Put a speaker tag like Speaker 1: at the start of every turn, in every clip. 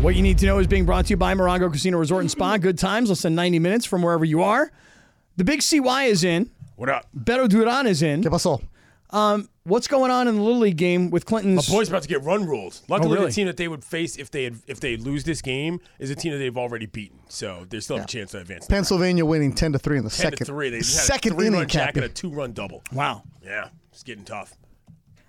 Speaker 1: What you need to know is being brought to you by Morongo Casino Resort and Spa. Good times, less than 90 minutes from wherever you are. The big CY is in.
Speaker 2: What up?
Speaker 1: Beto Duran is in.
Speaker 3: ¿Qué pasó?
Speaker 1: What's going on in the Little League game with Clinton's?
Speaker 2: Boys about to get run ruled. Luckily,
Speaker 1: really?
Speaker 2: the team that they would face if they had, if they lose this game is a team that they've already beaten, so they still have a chance to advance. to
Speaker 3: Pennsylvania winning 10 to 3 in the
Speaker 2: Ten
Speaker 3: second.
Speaker 2: to three, they had
Speaker 3: second
Speaker 2: a three
Speaker 3: inning,
Speaker 2: run jack
Speaker 3: Cappy.
Speaker 2: and a two run double.
Speaker 1: Wow.
Speaker 2: Yeah, it's getting tough.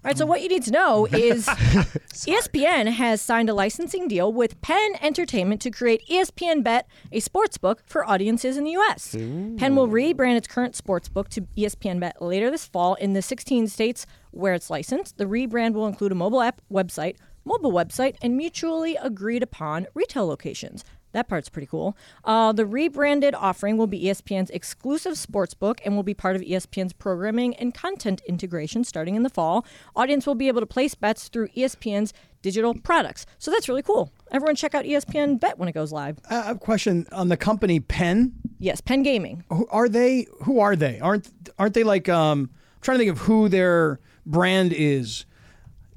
Speaker 4: All right, so what you need to know is E ESPN has signed a licensing deal with Penn Entertainment to create E ESPN Bet, a sports book for audiences in the U.S. Penn will rebrand its current sports book to E ESPN Bet later this fall in the 16 states where it's licensed. The rebrand will include a mobile app, website, mobile website, and mutually agreed upon retail locations. That part's pretty cool. Uh, the rebranded offering will be E ESPN's exclusive sports book and will be part of E ESPN's programming and content integration starting in the fall. Audience will be able to place bets through E ESPN's digital products. So that's really cool. Everyone check out E ESPN Bet when it goes live.
Speaker 1: I I have a question on the company Penn.
Speaker 4: Yes, Penn Gaming.
Speaker 1: Who are they? Who are they? Aren't aren't they like? Um, I'm trying to think of who their brand is.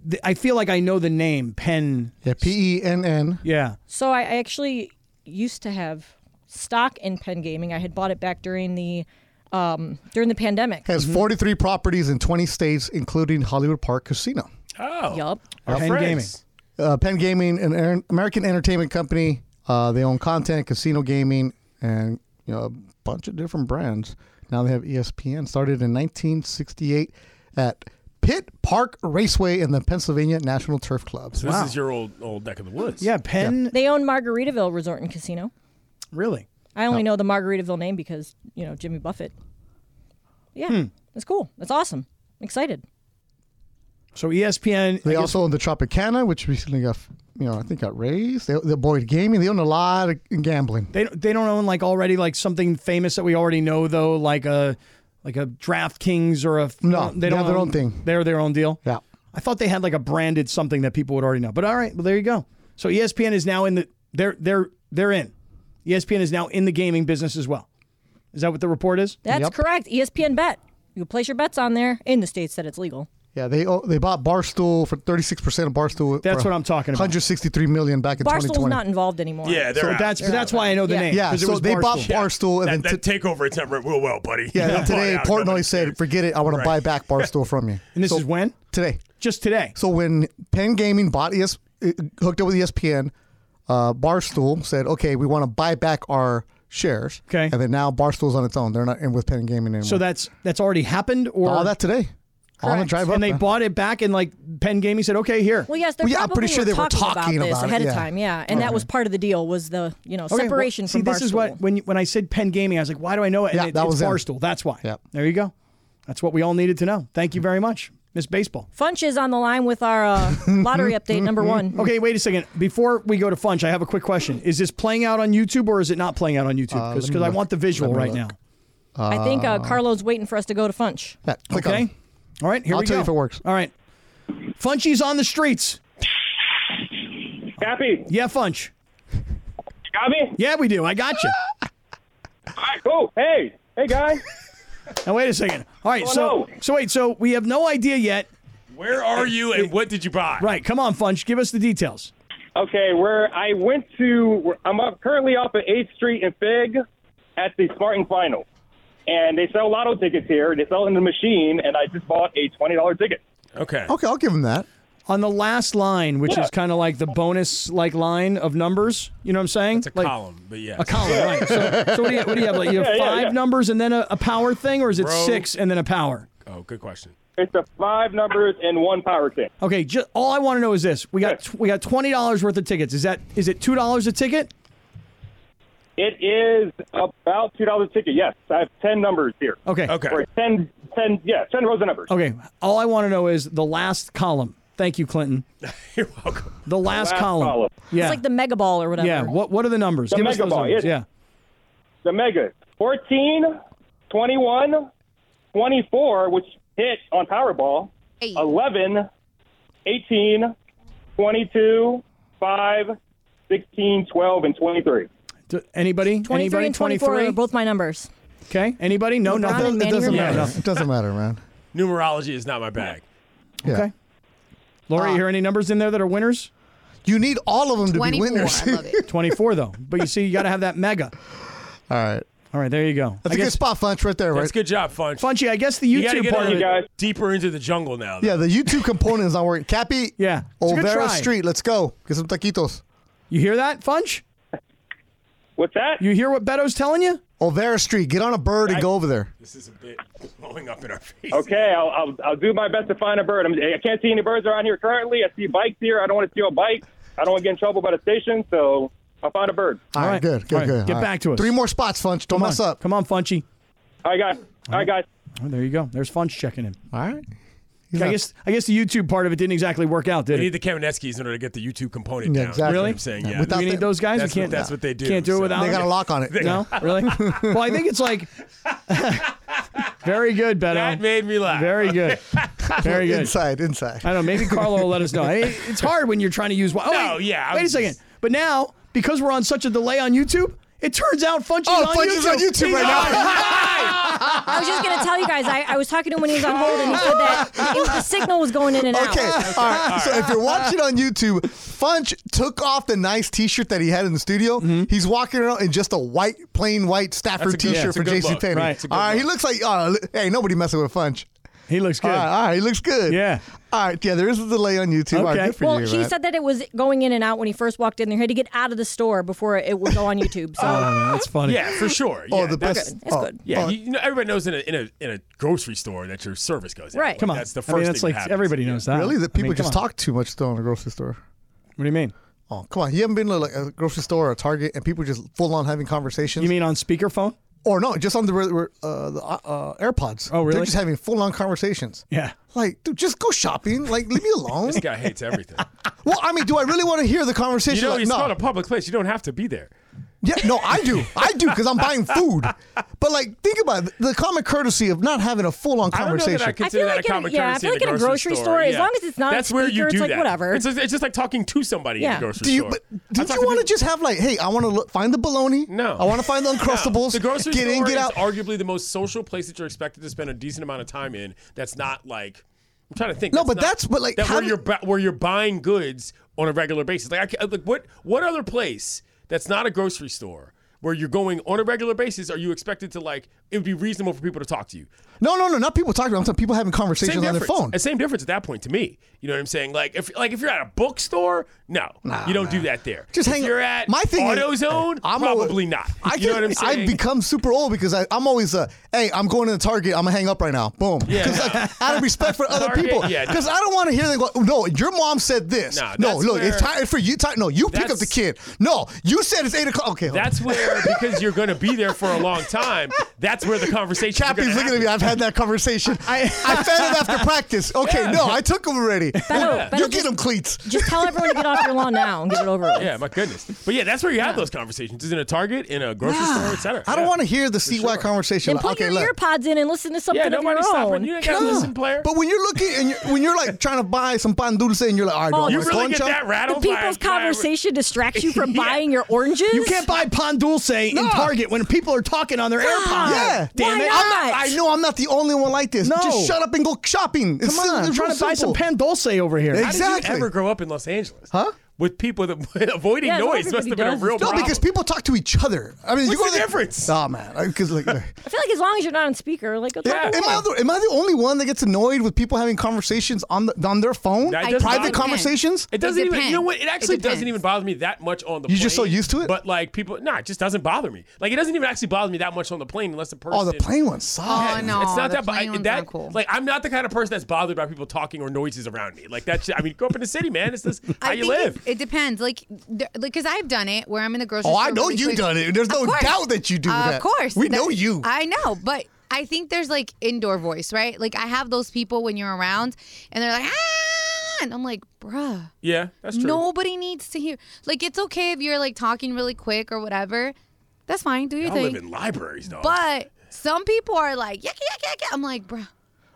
Speaker 1: Th- I feel like I know the name Penn.
Speaker 3: Yeah, P E N N.
Speaker 1: Yeah.
Speaker 4: So I, I actually used to have stock in Penn Gaming. I had bought it back during the um, during the pandemic.
Speaker 3: Has
Speaker 2: Mm-hmm.
Speaker 3: 43 properties in 20 states, including Hollywood Park Casino.
Speaker 2: Oh,
Speaker 4: Yup.
Speaker 2: our
Speaker 1: Penn
Speaker 2: friends.
Speaker 3: Uh, Penn Gaming, an Amer- American entertainment company. Uh, they own content, casino gaming, and you know a bunch of different brands. Now they have E ESPN. Started in 1968 at Pitt Park Raceway in the Pennsylvania National Turf Club.
Speaker 2: So this is your old old neck of the woods.
Speaker 1: Yeah. Penn.
Speaker 4: They own Margaritaville Resort and Casino.
Speaker 1: Really.
Speaker 4: I
Speaker 3: Oh.
Speaker 4: only know the Margaritaville name because you know Jimmy Buffett. Yeah,
Speaker 3: Hmm.
Speaker 4: that's cool. That's awesome. I'm excited.
Speaker 1: So E ESPN.
Speaker 3: They also own the Tropicana, which recently got you know I think got raised. They, they Boyd Gaming. They own a lot of gambling.
Speaker 1: They don't- they don't own like already like something famous that we already know though, like a like a DraftKings or a
Speaker 3: No, they
Speaker 1: don't
Speaker 3: have their
Speaker 1: own-
Speaker 3: own thing.
Speaker 1: They're their own deal.
Speaker 3: Yeah.
Speaker 1: I thought they had like a branded something that people would already know. But all right, well there you go. So E ESPN is now in the they're they're they're in. E ESPN is now in the gaming business as well. Is that what the report is?
Speaker 4: That's
Speaker 3: Yep.
Speaker 4: correct. E ESPN Bet. You place your bets on there in the states that it's legal.
Speaker 3: Yeah, they o- they bought Barstool for 36 percent of Barstool.
Speaker 1: That's
Speaker 3: for
Speaker 1: what I'm talking about.
Speaker 3: 163 million back in
Speaker 4: Barstool's
Speaker 3: 2020.
Speaker 4: not involved anymore.
Speaker 2: yeah. They're
Speaker 1: So
Speaker 2: out.
Speaker 1: that's but that's why I know the
Speaker 4: Yeah.
Speaker 1: name.
Speaker 3: yeah,
Speaker 1: 'cause it
Speaker 3: so
Speaker 1: was
Speaker 3: they bought
Speaker 1: Barstool.
Speaker 3: Barstool,
Speaker 2: that,
Speaker 3: and then
Speaker 2: that
Speaker 3: t-
Speaker 2: takeover. It's not real well, buddy.
Speaker 3: yeah,
Speaker 2: You
Speaker 3: then
Speaker 2: bought
Speaker 3: today
Speaker 2: out,
Speaker 3: Portnoy
Speaker 2: nobody
Speaker 3: said,
Speaker 2: cares.
Speaker 3: "Forget it. I want to buy back Barstool from you."
Speaker 1: And this
Speaker 3: So
Speaker 1: is when?
Speaker 3: today.
Speaker 1: Just today.
Speaker 3: So when Penn Gaming bought ES, uh, hooked up with ESPN, uh, Barstool said, "Okay, we want to buy back our shares."
Speaker 1: Okay.
Speaker 3: and then now Barstool's on its own. They're not in with Penn Gaming anymore.
Speaker 1: So that's that's already happened or
Speaker 3: all that today on the
Speaker 4: Correct.
Speaker 3: drive Oh, up.
Speaker 1: and they
Speaker 3: man.
Speaker 1: bought it back and like Penn Gaming said, okay, here.
Speaker 4: Well, yes, they're
Speaker 3: Well, yeah, I'm
Speaker 4: probably
Speaker 3: pretty sure they were talking
Speaker 4: about this
Speaker 3: about it,
Speaker 4: ahead
Speaker 3: yeah.
Speaker 4: of time. Yeah, and that was part of the deal was the you know
Speaker 1: Okay, well,
Speaker 4: separation
Speaker 1: see,
Speaker 4: from
Speaker 1: this is what
Speaker 4: Barstool.
Speaker 1: when you- when I said Penn Gaming, I was like, why do I know it? And
Speaker 3: Yeah,
Speaker 1: it-
Speaker 3: that
Speaker 1: it's
Speaker 3: was it.
Speaker 1: Barstool. That's why.
Speaker 3: Yep.
Speaker 1: There you go. That's what we all needed to know. Thank you very much, Miss Baseball.
Speaker 4: Funch is on the line with our uh, lottery update number
Speaker 3: Mm-hmm.
Speaker 4: one.
Speaker 3: Hmm.
Speaker 1: Okay, wait a second. Before we go to Funch, I have a quick question. Is this playing out on YouTube or is it not playing out on YouTube? Because
Speaker 3: Uh, let me
Speaker 1: I
Speaker 3: look.
Speaker 1: want the visual
Speaker 3: Let me
Speaker 1: right now.
Speaker 3: look.
Speaker 4: I think uh, Carlo's waiting for us to go to Funch.
Speaker 3: Yeah, click on
Speaker 1: Okay.
Speaker 3: it.
Speaker 1: All right. Here
Speaker 3: I'll
Speaker 1: we
Speaker 3: tell
Speaker 1: go.
Speaker 3: you if it works.
Speaker 1: All right. Funchy's on the streets.
Speaker 5: Happy?
Speaker 1: Yeah, Funch.
Speaker 5: You got me?
Speaker 1: Yeah, we do. I got you.
Speaker 5: All right, cool. Hey, hey, guy.
Speaker 1: Now wait a second. All right.
Speaker 5: Oh,
Speaker 1: so
Speaker 5: no.
Speaker 1: so wait. So we have no idea yet.
Speaker 2: "Where are you and what did you buy?"
Speaker 1: Right. Come on, Funch. Give us the details.
Speaker 5: Okay, where I went to, where- I'm up, currently up at 8th Street and Fig at the Spartan Final. And they sell lotto tickets here. They sell it in the machine, and I just bought a $20 ticket.
Speaker 2: Okay.
Speaker 3: Okay, I'll give him that.
Speaker 1: on the last line, which is kind of like the bonus like line of numbers. You know what I'm saying?
Speaker 2: It's a
Speaker 1: like,
Speaker 2: column, but yeah.
Speaker 1: A column, right? So, so what, do you, what do you have? Like you have
Speaker 5: Yeah, yeah,
Speaker 1: five
Speaker 5: yeah.
Speaker 1: numbers and then a, a power thing, or is it
Speaker 2: Row.
Speaker 1: six and then a power?
Speaker 2: Oh, good question.
Speaker 5: It's the five numbers and one power tip.
Speaker 1: Okay, ju- all I want to know is this: we got
Speaker 5: Yes.
Speaker 1: we got twenty dollars worth of tickets. Is that is it two dollars a ticket?
Speaker 5: It is about $2 a ticket. Yes, I have 10 numbers here.
Speaker 1: Okay, Oh,
Speaker 2: Okay.
Speaker 5: Or 10, 10, yeah, 10 rows of numbers.
Speaker 1: okay. All I want to know is the last column. Thank you, Clinton.
Speaker 2: You're welcome.
Speaker 1: The last,
Speaker 5: last
Speaker 1: column.
Speaker 5: column.
Speaker 1: Yeah,
Speaker 4: It's like the Mega Ball or whatever.
Speaker 1: yeah. What what are the numbers?
Speaker 5: The
Speaker 1: Give us
Speaker 5: Mega
Speaker 1: those
Speaker 5: Ball.
Speaker 1: numbers.
Speaker 5: It-
Speaker 1: Yeah.
Speaker 5: The mega, 14, 21, 24, which hit on Powerball,
Speaker 6: Hey.
Speaker 5: 11, 18, 22, 5, 16, 12, and 23.
Speaker 1: D- Anybody?
Speaker 4: 23
Speaker 1: Anybody?
Speaker 4: and 24 are both my numbers.
Speaker 1: Okay. Anybody? No,
Speaker 4: LeBron
Speaker 1: nothing.
Speaker 4: and
Speaker 3: It
Speaker 4: Manny
Speaker 3: doesn't
Speaker 4: Ramirez.
Speaker 3: matter. It doesn't matter, man.
Speaker 2: Numerology is not my bag.
Speaker 3: Yeah.
Speaker 1: Okay. Lori,
Speaker 3: Uh,
Speaker 1: you hear any numbers in there that are winners?
Speaker 3: You need all of them to be
Speaker 6: 24.
Speaker 3: winners.
Speaker 6: I love it.
Speaker 1: 24, though. But you see, you got to have that mega.
Speaker 3: all right.
Speaker 1: All right, there you go.
Speaker 3: That's
Speaker 1: I
Speaker 3: a good
Speaker 1: guess,
Speaker 3: spot, Funch, right there, right?
Speaker 2: That's good job, Funch.
Speaker 1: Funchy, I guess the
Speaker 2: You got to
Speaker 1: YouTube
Speaker 2: get
Speaker 1: part
Speaker 2: on
Speaker 1: of
Speaker 5: you
Speaker 1: it.
Speaker 5: guys.
Speaker 2: deeper into the jungle now. though.
Speaker 3: Yeah, the YouTube component is not working. Cappy,
Speaker 1: Yeah. It's a good
Speaker 3: Olvera
Speaker 1: try.
Speaker 3: Street, let's go. Get some taquitos.
Speaker 1: You hear that, Funch?
Speaker 5: What's that?
Speaker 1: You hear what Beto's telling you?
Speaker 3: Olvera Street, get on a bird and go over there.
Speaker 2: This is a bit blowing up in our face.
Speaker 5: Okay, I'll, I'll, I'll do my best to find a bird. I'm, I can't see any birds around here currently. I see bikes here. I don't want to steal a bike. I don't want to get in trouble by the station, so I'll find a bird.
Speaker 3: All
Speaker 1: right.
Speaker 3: right, good, good,
Speaker 1: All right,
Speaker 3: good.
Speaker 1: get
Speaker 3: All
Speaker 1: back to us.
Speaker 3: Three more spots, Funch. Don't
Speaker 1: Come
Speaker 3: mess
Speaker 1: on.
Speaker 3: up.
Speaker 1: Come on, Funchy.
Speaker 5: All right, guys. All right, guys.
Speaker 1: Oh, there you go. There's Funch checking in.
Speaker 3: All right.
Speaker 1: I guess I guess the YouTube part of it didn't exactly work out,
Speaker 2: I
Speaker 1: did
Speaker 2: need
Speaker 1: it?
Speaker 2: the Kamenetskis in order to get the YouTube component
Speaker 3: Yeah,
Speaker 2: down.
Speaker 3: exactly.
Speaker 2: That's what
Speaker 1: Really?
Speaker 2: I'm saying, yeah.
Speaker 3: Without
Speaker 1: We need
Speaker 3: the-
Speaker 1: those guys.
Speaker 2: that's
Speaker 1: we
Speaker 2: what-
Speaker 1: can't.
Speaker 2: that's what they do,
Speaker 1: Can't do it
Speaker 2: so-
Speaker 1: without.
Speaker 3: They got
Speaker 1: them?
Speaker 3: a lock on it.
Speaker 1: No, really. well, I think it's like. Very good, Beto.
Speaker 2: that made me laugh.
Speaker 1: Very good. Very good.
Speaker 3: Inside, inside.
Speaker 1: I don't know. Maybe Carlo will let us know. Hey, it's hard when you're trying to use. Wi- Oh,
Speaker 2: No,
Speaker 1: wait,
Speaker 2: yeah, I
Speaker 1: Wait a
Speaker 2: was
Speaker 1: second.
Speaker 2: just-
Speaker 1: But now, because we're on such a delay on YouTube, it turns out Funch is
Speaker 3: Oh,
Speaker 1: on
Speaker 3: Funch
Speaker 1: YouTube.
Speaker 3: is on YouTube
Speaker 1: He's
Speaker 3: right now.
Speaker 1: on.
Speaker 4: I was just going to tell you guys, I, I was talking to him when he was on hold, and he said that it was, the signal was going in and out.
Speaker 3: Okay. All right. So if you're watching on YouTube, Funch took off the nice T-shirt that he had in the studio. He's walking around in just a white, plain white Stafford
Speaker 2: That's a good-
Speaker 3: T-shirt
Speaker 2: that's a
Speaker 3: for
Speaker 2: good
Speaker 3: JC
Speaker 2: look.
Speaker 3: Penney.
Speaker 2: Right. It's a good
Speaker 3: All right. He
Speaker 2: look.
Speaker 3: looks like. Uh, li- hey, nobody messing with Funch.
Speaker 1: He looks good.
Speaker 3: All right, all right, he looks good.
Speaker 1: Yeah.
Speaker 3: All right, yeah, there is a delay on YouTube. All right,
Speaker 1: Okay.
Speaker 3: good for
Speaker 4: Well,
Speaker 3: you,
Speaker 4: he
Speaker 3: man.
Speaker 4: said that it was going in and out when he first walked in there. He had to get out of the store before it would go on YouTube. So
Speaker 1: Oh, man, that's funny.
Speaker 2: Yeah, for sure.
Speaker 3: oh,
Speaker 2: yeah,
Speaker 3: the
Speaker 2: that's-
Speaker 3: best.
Speaker 4: It's
Speaker 3: oh,
Speaker 4: good.
Speaker 2: Yeah,
Speaker 3: oh,
Speaker 2: you, you know, everybody knows in a, in a in a grocery store that your service goes. out.
Speaker 4: Right.
Speaker 1: Come on.
Speaker 2: that's the
Speaker 1: I
Speaker 2: first
Speaker 1: mean, that's
Speaker 2: thing
Speaker 1: like
Speaker 2: that happens.
Speaker 1: everybody knows that.
Speaker 3: really? That
Speaker 1: I mean,
Speaker 3: people
Speaker 1: come
Speaker 3: just
Speaker 1: on.
Speaker 3: talk too much still in a grocery store.
Speaker 1: What do you mean?
Speaker 3: Oh, come on. You haven't been to like a grocery store or a Target and people just full on having conversations.
Speaker 1: You mean on speakerphone?
Speaker 3: or no, just on the re- re- uh, the uh, uh, AirPods.
Speaker 1: Oh, really?
Speaker 3: They're just having full on conversations.
Speaker 1: Yeah.
Speaker 3: Like, dude, just go shopping. Like, leave me alone.
Speaker 2: This guy hates everything.
Speaker 3: well, I mean, do I really want to hear the conversation?
Speaker 2: you know,
Speaker 3: Like,
Speaker 2: it's
Speaker 3: no.
Speaker 2: not a public place. You don't have to be there.
Speaker 3: Yeah, no, I do. I do because I'm buying food. But like, think about it. the common courtesy of not having a full on
Speaker 2: I don't know
Speaker 3: conversation.
Speaker 2: that I consider
Speaker 4: feel
Speaker 2: that
Speaker 4: like
Speaker 2: a
Speaker 4: in a-
Speaker 2: common
Speaker 4: yeah, I
Speaker 2: courtesy
Speaker 4: feel like
Speaker 2: in
Speaker 4: in
Speaker 2: a
Speaker 4: a
Speaker 2: grocery
Speaker 4: grocery store, as
Speaker 2: yeah.
Speaker 4: long as it's not on
Speaker 2: That's where you
Speaker 4: speaker,
Speaker 2: do
Speaker 4: it's like,
Speaker 2: that.
Speaker 4: whatever.
Speaker 2: It's, just- it's just like talking to somebody in
Speaker 4: Yeah.
Speaker 2: a grocery
Speaker 3: do you?
Speaker 2: store.
Speaker 3: But
Speaker 2: I
Speaker 3: did
Speaker 2: talk
Speaker 3: you want to
Speaker 2: people-
Speaker 3: just have like, hey, I want to find the bologna.
Speaker 2: No.
Speaker 3: I want to find the
Speaker 2: No,
Speaker 3: uncrustables.
Speaker 2: The grocery
Speaker 3: get
Speaker 2: store
Speaker 3: in, get
Speaker 2: is
Speaker 3: out.
Speaker 2: arguably the most social place that you're expected to spend a decent amount of time in. That's not like I'm trying to think.
Speaker 3: No, but
Speaker 2: not-
Speaker 3: that's- but, like,
Speaker 2: that
Speaker 3: how
Speaker 2: where
Speaker 3: do-
Speaker 2: you're bu- where you're buying goods on a regular basis. Like I ca- like what what other place that's not a grocery store where you're going on a regular basis are you expected to like? It would be reasonable for people to talk to you.
Speaker 3: No, no, no, not people talking. I'm talking people having conversations
Speaker 2: Same
Speaker 3: on their
Speaker 2: difference.
Speaker 3: phone.
Speaker 2: Uh, Same difference at that point to me. You know what I'm saying? Like if like if you're at a bookstore, no, you don't do that there.
Speaker 3: Just
Speaker 2: If
Speaker 3: hang.
Speaker 2: You're at
Speaker 3: my thing. is-
Speaker 2: AutoZone.
Speaker 3: I'm
Speaker 2: probably
Speaker 3: always-
Speaker 2: not.
Speaker 3: I
Speaker 2: you know what I'm saying?
Speaker 3: have become super old because I, I'm always a. Hey, I'm going to the Target. I'm gonna hang up right now. Boom.
Speaker 2: Yeah,
Speaker 3: 'Cause, like, out of respect for other
Speaker 2: Target,
Speaker 3: people.
Speaker 2: yeah.
Speaker 3: Because I don't want to hear them go. No, your mom said this.
Speaker 2: Nah,
Speaker 3: no,
Speaker 2: that's
Speaker 3: look, it's
Speaker 2: where-
Speaker 3: time for you. Time. No, you pick up the
Speaker 2: That's-
Speaker 3: kid. No, you said it's eight o'clock. Okay. hold on.
Speaker 2: That's where because you're going to be there for a long time. That's where the conversation.
Speaker 3: Cappy's looking at me. I've had that conversation. I, I fed him after practice. Okay, no, I took him already.
Speaker 4: Beto,
Speaker 3: you
Speaker 4: Beto just-
Speaker 3: get him cleats.
Speaker 4: just tell everyone to get off your lawn now and get it over with.
Speaker 2: Yeah, my goodness. But yeah, that's where you have those conversations. Is in a Target, in a grocery store, etc.
Speaker 3: I don't want to hear the CY conversation.
Speaker 4: Then put
Speaker 3: Like, okay,
Speaker 4: your
Speaker 3: look.
Speaker 4: ear pods in and listen to something
Speaker 2: Yeah,
Speaker 4: of
Speaker 2: nobody's
Speaker 4: your
Speaker 2: stopping.
Speaker 4: own.
Speaker 2: You ain't got to listen, player.
Speaker 3: But when you're looking and you're, when you're like trying to buy some pan dulce and you're like, all right, do
Speaker 4: Oh,
Speaker 3: I
Speaker 2: you
Speaker 3: want
Speaker 2: really get
Speaker 3: concha?
Speaker 2: that
Speaker 4: the
Speaker 2: rattled. by-
Speaker 4: people's
Speaker 2: by-
Speaker 4: conversation distracts you from
Speaker 2: Yeah.
Speaker 4: buying your oranges.
Speaker 1: You can't buy Pan Dulce in
Speaker 3: No.
Speaker 1: Target when people are talking on their AirPods.
Speaker 3: Yeah.
Speaker 1: Damn
Speaker 4: Why
Speaker 1: it.
Speaker 4: not?
Speaker 3: I'm not, I know I'm not the only one like this.
Speaker 1: No.
Speaker 3: Just shut up and go shopping. It's
Speaker 1: Come on.
Speaker 3: sim-
Speaker 1: I'm
Speaker 3: it's
Speaker 1: trying
Speaker 3: real
Speaker 1: to buy some
Speaker 3: simple.
Speaker 1: Pan Dulce over here.
Speaker 3: Exactly.
Speaker 2: How did you ever grow up in Los Angeles? Huh? With people that avoiding
Speaker 4: Yeah, that's what
Speaker 2: noise must have
Speaker 4: everybody
Speaker 2: been a
Speaker 4: does.
Speaker 2: real
Speaker 4: No,
Speaker 3: No,
Speaker 2: problem.
Speaker 3: because people talk to each other. I mean, you
Speaker 2: What's
Speaker 3: go
Speaker 2: the
Speaker 3: there-
Speaker 2: difference?
Speaker 3: Oh man, because like, am
Speaker 4: I feel like as long as you're not on speaker, like it's
Speaker 2: Yeah.
Speaker 4: all
Speaker 2: Am
Speaker 3: I
Speaker 4: good.
Speaker 3: the am I the only one that gets annoyed with people having conversations on the, on their phone?
Speaker 2: That
Speaker 6: I
Speaker 2: does bother
Speaker 6: tried
Speaker 3: Private
Speaker 2: me.
Speaker 6: con-
Speaker 3: conversations?
Speaker 2: It doesn't
Speaker 6: It
Speaker 2: even. You know what? It
Speaker 6: depends.
Speaker 2: actually
Speaker 6: It
Speaker 2: doesn't
Speaker 6: depends.
Speaker 2: even bother me that much on the.
Speaker 3: You're
Speaker 2: plane,
Speaker 3: just so used to it?
Speaker 2: But like people, nah, it just doesn't bother me. Like it doesn't even actually bother me that much on the plane unless the person.
Speaker 3: Oh, the plain one
Speaker 6: Oh,
Speaker 3: sucks.
Speaker 6: no.
Speaker 2: it's not
Speaker 6: the
Speaker 2: that. but I-
Speaker 6: plain one's
Speaker 2: that
Speaker 6: not cool.
Speaker 2: like I'm not the kind of person that's bothered by people talking or noises around me. Like that's. I mean, grow up in the city, man. It's just how
Speaker 6: I
Speaker 2: you
Speaker 6: think
Speaker 2: live.
Speaker 6: It, it depends. Like, because I've done it where I'm in the grocery
Speaker 3: Oh,
Speaker 6: store.
Speaker 3: I know
Speaker 6: really
Speaker 3: you
Speaker 6: quick.
Speaker 3: done it. There's no
Speaker 6: Of course.
Speaker 3: doubt that you do
Speaker 6: Of
Speaker 3: that.
Speaker 6: course.
Speaker 3: We
Speaker 6: That-
Speaker 3: know you.
Speaker 6: I know, but I think there's like indoor voice, right? Like, I have those people when you're around and they're like, ah. And I'm like, bruh,
Speaker 2: yeah, that's true.
Speaker 6: nobody needs to hear. Like, it's okay if you're like talking really quick or whatever. That's fine. Do your
Speaker 2: I
Speaker 6: thing.
Speaker 2: live in libraries, dog.
Speaker 6: But some people are like, yuck, yuck, yuck, yuck. I'm like, bruh.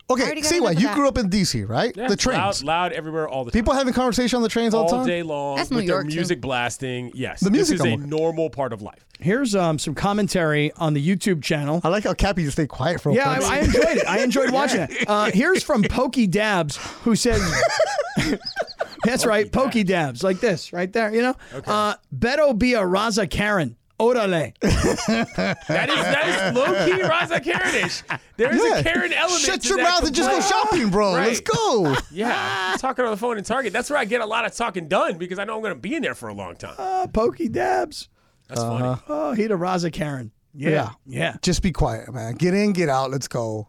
Speaker 3: Okay,
Speaker 6: already got
Speaker 3: see why
Speaker 6: enough of
Speaker 3: you
Speaker 6: that.
Speaker 3: grew up in DC, right?
Speaker 2: Yeah,
Speaker 3: the
Speaker 2: loud,
Speaker 3: trains.
Speaker 2: loud everywhere all the time.
Speaker 3: People having conversation on the trains all, the
Speaker 2: all
Speaker 3: time.
Speaker 2: day long
Speaker 6: That's New
Speaker 2: with their
Speaker 6: York, too.
Speaker 2: music blasting. Yes,
Speaker 3: The music
Speaker 2: this is a
Speaker 3: I'm looking-
Speaker 2: normal part of life.
Speaker 1: Here's um, some commentary on the YouTube channel.
Speaker 3: I like how Cappy just stayed quiet for a
Speaker 1: Yeah,
Speaker 3: while.
Speaker 1: I, I enjoyed it. I enjoyed watching it. Uh, here's from Pokey Dabs, who says, "That's right, Pokey Dabs, like this, right there. You know, uh, Beto be a Raza Karen, Orale.
Speaker 2: That is that is low key Raza Karenish. There is
Speaker 3: Yeah.
Speaker 2: a Karen element.
Speaker 3: Shut
Speaker 2: to
Speaker 3: your
Speaker 2: that
Speaker 3: mouth and just go
Speaker 2: complaint.
Speaker 3: shopping, bro.
Speaker 2: Right.
Speaker 3: Let's go.
Speaker 2: Yeah, talking on the phone in Target. That's where I get a lot of talking done because I know I'm going to be in there for a long time.
Speaker 1: Uh, Pokey Dabs.
Speaker 2: That's funny.
Speaker 1: Oh, he the Raza Karen. Yeah, yeah.
Speaker 3: Just be quiet, man. Get in, get out. Let's go.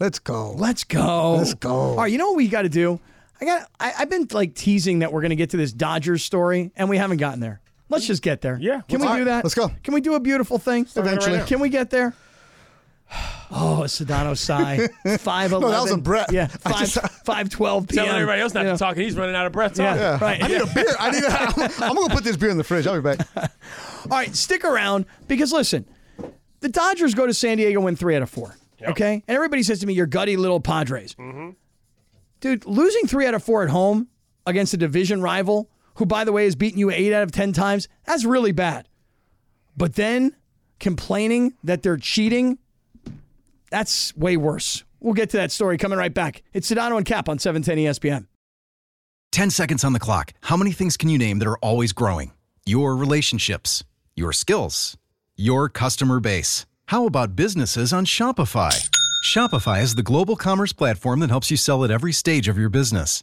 Speaker 3: Let's go.
Speaker 1: Let's go.
Speaker 3: Let's go.
Speaker 1: All right, you know what we got to do? I got. I, I've been like teasing that we're going to get to this Dodgers story, and we haven't gotten there. Let's just get there.
Speaker 2: Yeah,
Speaker 1: Can we
Speaker 3: all
Speaker 1: do
Speaker 3: right,
Speaker 1: that?
Speaker 3: let's go.
Speaker 1: Can we do a beautiful thing
Speaker 3: Eventually. now.
Speaker 1: Can we get there? Oh, a Sedano sigh. Five eleven.
Speaker 3: was a breath.
Speaker 1: Yeah,
Speaker 3: I
Speaker 1: five
Speaker 3: just-
Speaker 1: five twelve p.m.
Speaker 2: Telling everybody else not
Speaker 1: Yeah.
Speaker 2: to talk, and he's running out of breath.
Speaker 1: Yeah,
Speaker 2: Talking.
Speaker 1: right.
Speaker 3: I need a beer. I need. A, I'm, I'm gonna put this beer in the fridge. I'll be back.
Speaker 1: All right, stick around because listen, the Dodgers go to San Diego, win three out of four. Okay, and everybody says to me, "You're gutty little Padres." Dude, losing three out of four at home against a division rival, who by the way has beaten you eight out of ten times, that's really bad. But then complaining that they're cheating, that's way worse. We'll get to that story coming right back. It's Sedano and Cap on E 710 ESPN.
Speaker 7: 10 seconds on the clock. How many things can you name that are always growing? Your relationships, your skills, your customer base. How about businesses on Shopify? Shopify is the global commerce platform that helps you sell at every stage of your business.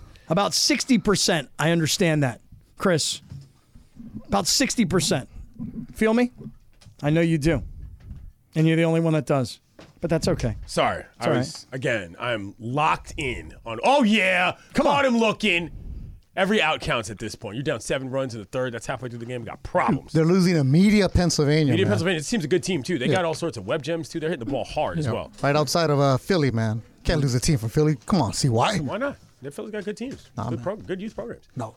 Speaker 1: about 60%. I understand that. Chris, about 60%. Feel me? I know you do. And you're the only one that does. But that's okay.
Speaker 2: Sorry, I
Speaker 1: all
Speaker 2: was again. I'm locked in on. Oh yeah,
Speaker 1: Come
Speaker 2: caught
Speaker 1: on.
Speaker 2: him looking. Every out counts at this point. You're down seven runs in the third. That's halfway through the game. Got problems.
Speaker 3: They're losing to Media, Pennsylvania.
Speaker 2: Media
Speaker 3: man.
Speaker 2: Pennsylvania. It seems a good team too. They got all sorts of web gems too. They're hitting the ball hard as well.
Speaker 3: Right outside of uh, Philly, man. Can't lose a team from Philly. Come on, see why?
Speaker 2: Why not? That Philly's got good teams. good, prog- good youth programs.
Speaker 3: No.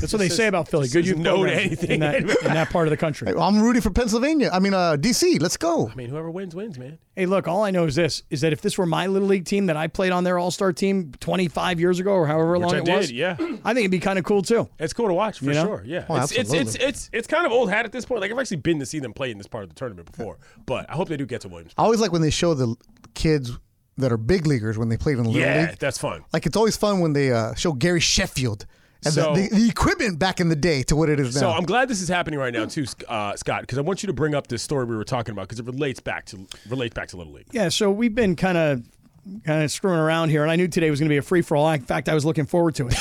Speaker 1: That's what they say about Philly.
Speaker 2: just
Speaker 1: Good
Speaker 2: says
Speaker 1: youth
Speaker 2: no to
Speaker 1: programs
Speaker 2: anything.
Speaker 1: In, that, in that part of the country.
Speaker 3: I'm rooting for Pennsylvania. I mean, uh, DC. Let's go.
Speaker 2: I mean, whoever wins wins, man.
Speaker 1: Hey, look, all I know is this, is that if this were my Little League team that I played on their All-Star team 25 years ago or however long
Speaker 2: Which I
Speaker 1: it
Speaker 2: did.
Speaker 1: was,
Speaker 2: Yeah,
Speaker 1: I think it'd be kind of cool too.
Speaker 2: it's cool to watch for
Speaker 1: You know?
Speaker 2: sure. Yeah,
Speaker 3: Oh,
Speaker 2: it's, it's it's
Speaker 3: absolutely.
Speaker 2: it's it's kind of old hat at this point. Like I've actually been to see them play in this part of the tournament before, but I hope they do get to Williams.
Speaker 3: I always like when they show the kids that are big leaguers when they played in the little
Speaker 2: Yeah,
Speaker 3: league.
Speaker 2: that's fun.
Speaker 3: Like it's always fun when they uh, show Gary Sheffield and
Speaker 2: So-
Speaker 3: the, the, the equipment back in the day to what it is now.
Speaker 2: So I'm glad this is happening right now too, uh, Scott, because I want you to bring up this story we were talking about because it relates back to relates back to Little League.
Speaker 1: Yeah, so we've been kind of kind of screwing around here, and I knew today was going to be a free for all. In fact, I was looking forward to it.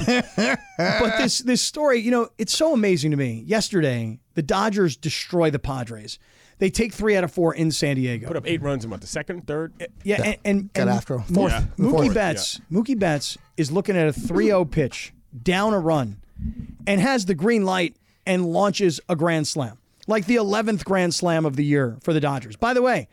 Speaker 1: Um, but this this story, you know, it's so amazing to me. Yesterday, the Dodgers destroy the Padres. They take three out of four in San Diego.
Speaker 2: Put up eight runs in what the second, third.
Speaker 1: yeah, and, and,
Speaker 3: Got
Speaker 1: and
Speaker 3: after 'em.
Speaker 1: Mookie-
Speaker 3: Yeah.
Speaker 1: Mookie
Speaker 3: Fourth, yeah.
Speaker 1: Betts. Mookie Betts is looking at a 3-0 pitch, down a run, and has the green light and launches a grand slam, like the 11th grand slam of the year for the Dodgers. By the way,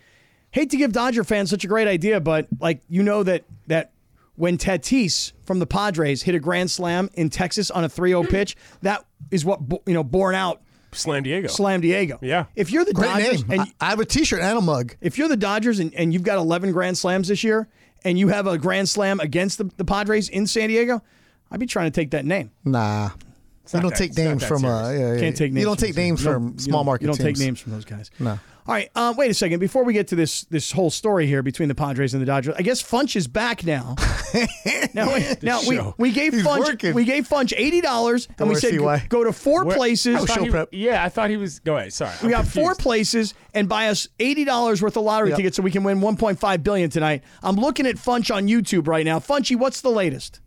Speaker 1: hate to give Dodger fans such a great idea, but like you know that that when Tatis from the Padres hit a grand slam in Texas on a 3-0 pitch, that is what bo- you know borne out
Speaker 2: Slam Diego.
Speaker 1: Slam Diego.
Speaker 2: Yeah.
Speaker 1: If you're the
Speaker 3: Great
Speaker 1: Dodgers and
Speaker 3: name. I, I have a T-shirt and a mug.
Speaker 1: if you're the Dodgers and, and you've got 11 grand slams this year and you have a grand slam against the, the Padres in San Diego, I'd be trying to take that name.
Speaker 3: Nah. You
Speaker 2: not
Speaker 3: don't
Speaker 2: that-
Speaker 3: take
Speaker 2: it's not
Speaker 3: names
Speaker 2: that
Speaker 3: from uh,
Speaker 2: serious.
Speaker 3: yeah, yeah,
Speaker 1: Can't take names.
Speaker 3: You don't take
Speaker 1: those guys.
Speaker 3: names
Speaker 1: You don't-
Speaker 3: from
Speaker 1: you
Speaker 3: small
Speaker 1: don't-
Speaker 3: market
Speaker 1: You don't take
Speaker 3: teams.
Speaker 1: names from those guys.
Speaker 3: No.
Speaker 1: All right. Uh, wait a second. Before we get to this this whole story here between the Padres and the Dodgers, I guess Funch is back now. now, we, now we,
Speaker 2: show.
Speaker 1: we gave
Speaker 3: He's
Speaker 1: Funch
Speaker 3: working.
Speaker 1: we gave Funch eighty dollars and we
Speaker 3: worry,
Speaker 1: said
Speaker 3: CY.
Speaker 1: go to four
Speaker 2: Where-
Speaker 1: places.
Speaker 2: I thought
Speaker 3: show
Speaker 2: he-
Speaker 3: prep.
Speaker 2: Yeah, I thought he was. Go ahead. Sorry,
Speaker 1: We
Speaker 2: I'm
Speaker 1: got four
Speaker 2: confused.
Speaker 1: places and buy us eighty dollars worth of lottery
Speaker 3: Yep.
Speaker 1: tickets so we can win one point five billion tonight. I'm looking at Funch on YouTube right now. Funchy, what's the latest?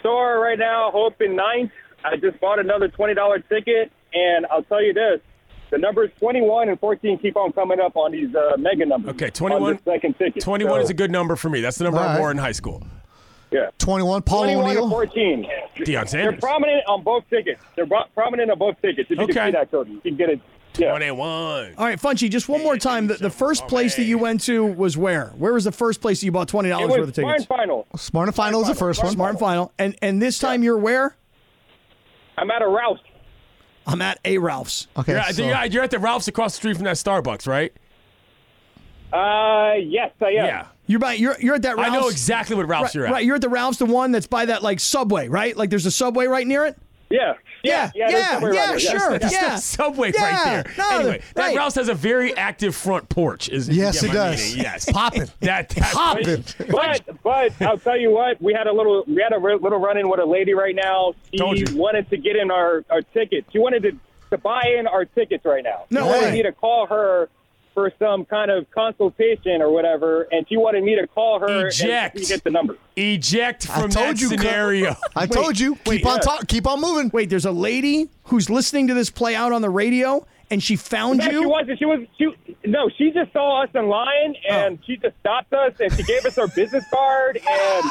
Speaker 5: Store right now, Hope in ninth. I just bought another twenty dollar ticket, and I'll tell you this: The numbers 21 and 14 keep on coming up on these uh, mega numbers.
Speaker 2: Okay, 21
Speaker 5: On the second ticket.
Speaker 2: 21
Speaker 5: So,
Speaker 2: is a good number for me. That's the number
Speaker 3: All
Speaker 2: I
Speaker 3: right.
Speaker 2: wore in high school.
Speaker 5: yeah.
Speaker 3: 21, Paul
Speaker 5: 21 and
Speaker 3: O'Neill.
Speaker 5: 14.
Speaker 2: Deion
Speaker 5: They're
Speaker 2: Sanders.
Speaker 5: prominent on both tickets. They're bro- prominent on both tickets. If you
Speaker 2: Okay.
Speaker 5: can see that, Cody, you can get it. Yeah.
Speaker 2: 21.
Speaker 1: All right, Funchy, just one more time. The, the
Speaker 2: Oh,
Speaker 1: first place that you went to was where? Where was the first place that you bought $20
Speaker 5: It
Speaker 1: worth
Speaker 5: was
Speaker 1: of tickets?
Speaker 5: Smart Final.
Speaker 3: Smart and Final is the first one.
Speaker 1: Smart and final. And and this time you're where?
Speaker 5: I'm at a Rouse.
Speaker 1: I'm at A Ralph's.
Speaker 3: Okay,
Speaker 2: You're at,
Speaker 3: so
Speaker 2: you're at- you're at the Ralph's across the street from that Starbucks, right?
Speaker 5: Uh, yes, I am.
Speaker 2: Yeah.
Speaker 1: You're by you're you're at that
Speaker 2: I
Speaker 1: Ralph's.
Speaker 2: know exactly what
Speaker 1: right,
Speaker 2: Ralph's you're at.
Speaker 1: right, you're at the Ralph's, the one that's by that like subway, right? Like there's a subway right near it.
Speaker 5: Yeah. Yeah.
Speaker 1: yeah,
Speaker 5: there's
Speaker 1: yeah,
Speaker 5: somewhere around
Speaker 1: yeah,
Speaker 5: there. Yes.
Speaker 1: sure,
Speaker 2: That's
Speaker 1: yeah.
Speaker 2: that subway
Speaker 1: Yeah,
Speaker 2: right there.
Speaker 1: no,
Speaker 2: anyway, that
Speaker 1: right.
Speaker 2: Ralph's has a very active front porch. Is if you
Speaker 3: Yes,
Speaker 2: get
Speaker 3: it
Speaker 2: my
Speaker 3: does.
Speaker 2: meaning. Yes,
Speaker 3: Poppin'.
Speaker 2: That, that
Speaker 3: Poppin'.
Speaker 5: But but I'll tell you what, we had a little we had a re- little run in with a lady right now. She
Speaker 2: Told you.
Speaker 5: wanted to get in our our tickets. She wanted to to buy in our tickets right now.
Speaker 1: No
Speaker 5: she wanted
Speaker 1: way.
Speaker 5: me to call her for some kind of consultation or whatever, and she wanted me to call her
Speaker 2: Eject.
Speaker 5: and get the number.
Speaker 2: Eject
Speaker 3: I
Speaker 2: from
Speaker 3: told
Speaker 2: that
Speaker 3: you, Kurt.
Speaker 2: scenario.
Speaker 3: I told you, keep on talk, keep on moving.
Speaker 1: Wait, there's a lady who's listening to this play out on the radio, and she found
Speaker 5: Yeah,
Speaker 1: you.
Speaker 5: she wasn't. She was. She no. She just saw us online,
Speaker 2: Oh.
Speaker 5: and she just stopped us, and she gave us her business card, and